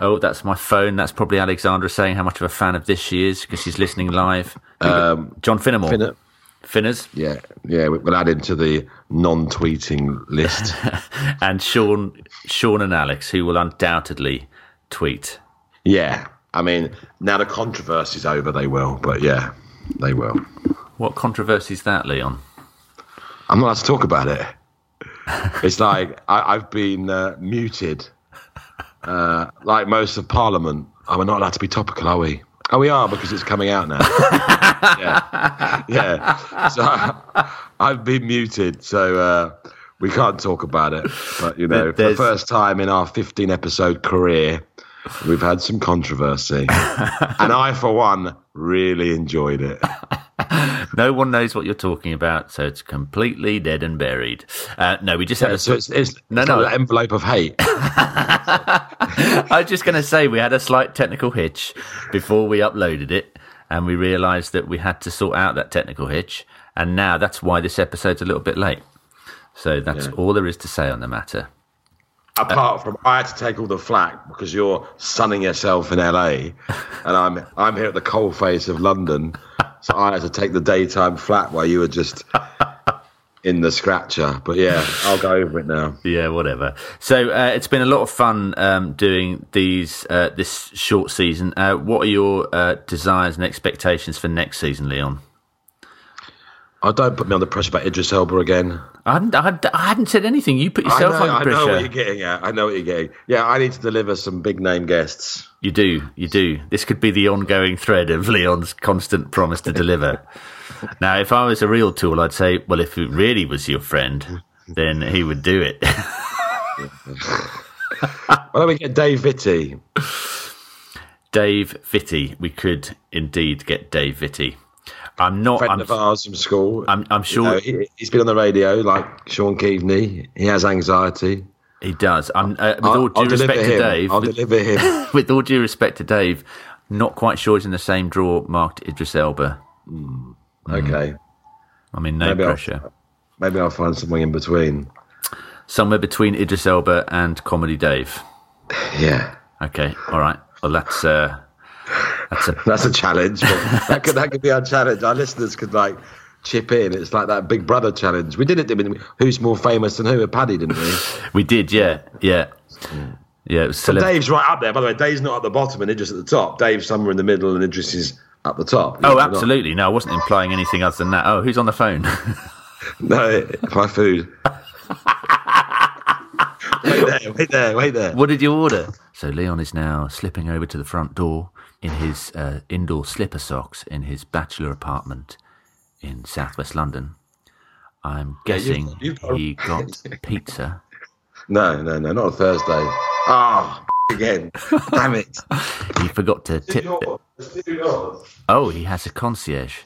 Oh, that's my phone. That's probably Alexandra saying how much of a fan of this she is because she's listening live. John Finnemore.
Finna-
Finners.
Um, Yeah, yeah. we- We'll add him to the non-tweeting list.
And Sean, Sean and Alex, who will undoubtedly tweet.
yeah. I mean, now the controversy's over. They will, but yeah, they will.
What controversy is that, Leon?
I'm not allowed to talk about it. It's like I, I've been uh, muted, uh, like most of Parliament. And we're not allowed to be topical, are we? Oh, we are because it's coming out now. yeah. yeah. So I, have been muted, so uh, we can't talk about it. But you know, for the
There's-
first time in our 15 episode career, we've had some controversy, and I, for one, really enjoyed it.
No one knows what you're talking about, so it's completely dead and buried. Uh, no, we just had a.
So it's, it's
No,
it's
no.
like an envelope of hate.
I was just going to say we had a slight technical hitch before we uploaded it, and we realised that we had to sort out that technical hitch, and now that's why this episode's a little bit late. So that's all there is to say on the matter.
apart from I had to take all the flack because you're sunning yourself in LA, and I'm I'm here at the coalface of London, so I had to take the daytime flat while you were just in the scratcher. But yeah, I'll go over it now.
Yeah, whatever. So uh, it's been a lot of fun um, doing these uh, this short season. Uh, what are your uh, desires and expectations for next season, Leon?
Oh, don't put me under pressure about Idris Elba again.
I hadn't, I hadn't, I hadn't said anything. You put
I know,
yourself
I
under
know what
pressure.
you're getting at. I know what you're getting. Yeah, I need to deliver some big name guests.
You do, you do. This could be the ongoing thread of Leon's constant promise to deliver. now, if I was a real tool, I'd say, well, if it really was your friend, then he would do it.
Why don't we get Dave Vitti?
Dave Vitti, we could indeed get Dave Vitti. I'm not.
friend
I'm,
of ours from school.
I'm, I'm
You know,
sure
he, he's been on the radio like Sean Keaveney. He has anxiety.
he does. I'm, uh, with
I'll,
all due
I'll deliver
respect to
him.
Dave,
I'll
with,
deliver him.
with all due respect to Dave, not quite sure he's in the same draw marked Idris Elba.
Okay.
I mean, no
Maybe I'll-
pressure.
Maybe I'll find something in between.
Somewhere between Idris Elba and Comedy Dave.
Yeah.
Okay, all right. Well, that's uh, that's a
That's a challenge. but that could that could be our challenge. Our listeners could like chip in. It's like that Big Brother challenge. We did it, didn't we? Who's more famous than who? With Paddy, didn't we?
we did, yeah, yeah, yeah. It was
But
celeb-
Dave's right up there. By the way, Dave's not at the bottom and Idris at the top. Dave's somewhere in the middle and Idris is at the top.
oh,
You're not-
absolutely. No, I wasn't implying anything other than that. Oh, who's on the phone?
No, my food. wait there, wait there, wait there.
what did you order? So Leon is now slipping over to the front door in his uh, indoor slipper socks in his bachelor apartment in southwest London. I'm guessing
you've got-
he got pizza.
No, no, no, not a Thursday. Ah, again. Damn it.
He forgot to tip.
Yours, yours.
Oh, he has a concierge.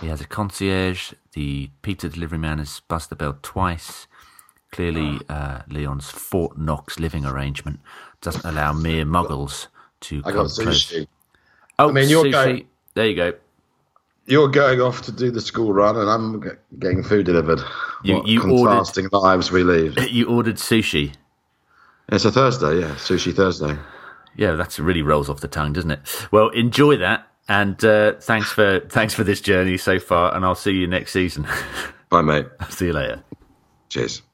He has a concierge. The pizza delivery man has buzzed the bell twice. Clearly, uh, Leon's Fort Knox living arrangement doesn't allow mere muggles to
I
come
got
close.
sushi.
Oh,
I mean, you're
sushi.
going-
There you go.
You're going off to do the school run, and I'm g- getting food delivered.
You-
What
you
contrasting lives we lead.
You ordered sushi.
It's a Thursday, yeah, sushi Thursday.
Yeah, that's really rolls off the tongue, doesn't it? Well, enjoy that, and uh, thanks for thanks for this journey so far. And I'll see you next season.
Bye, mate.
see you later.
Cheers.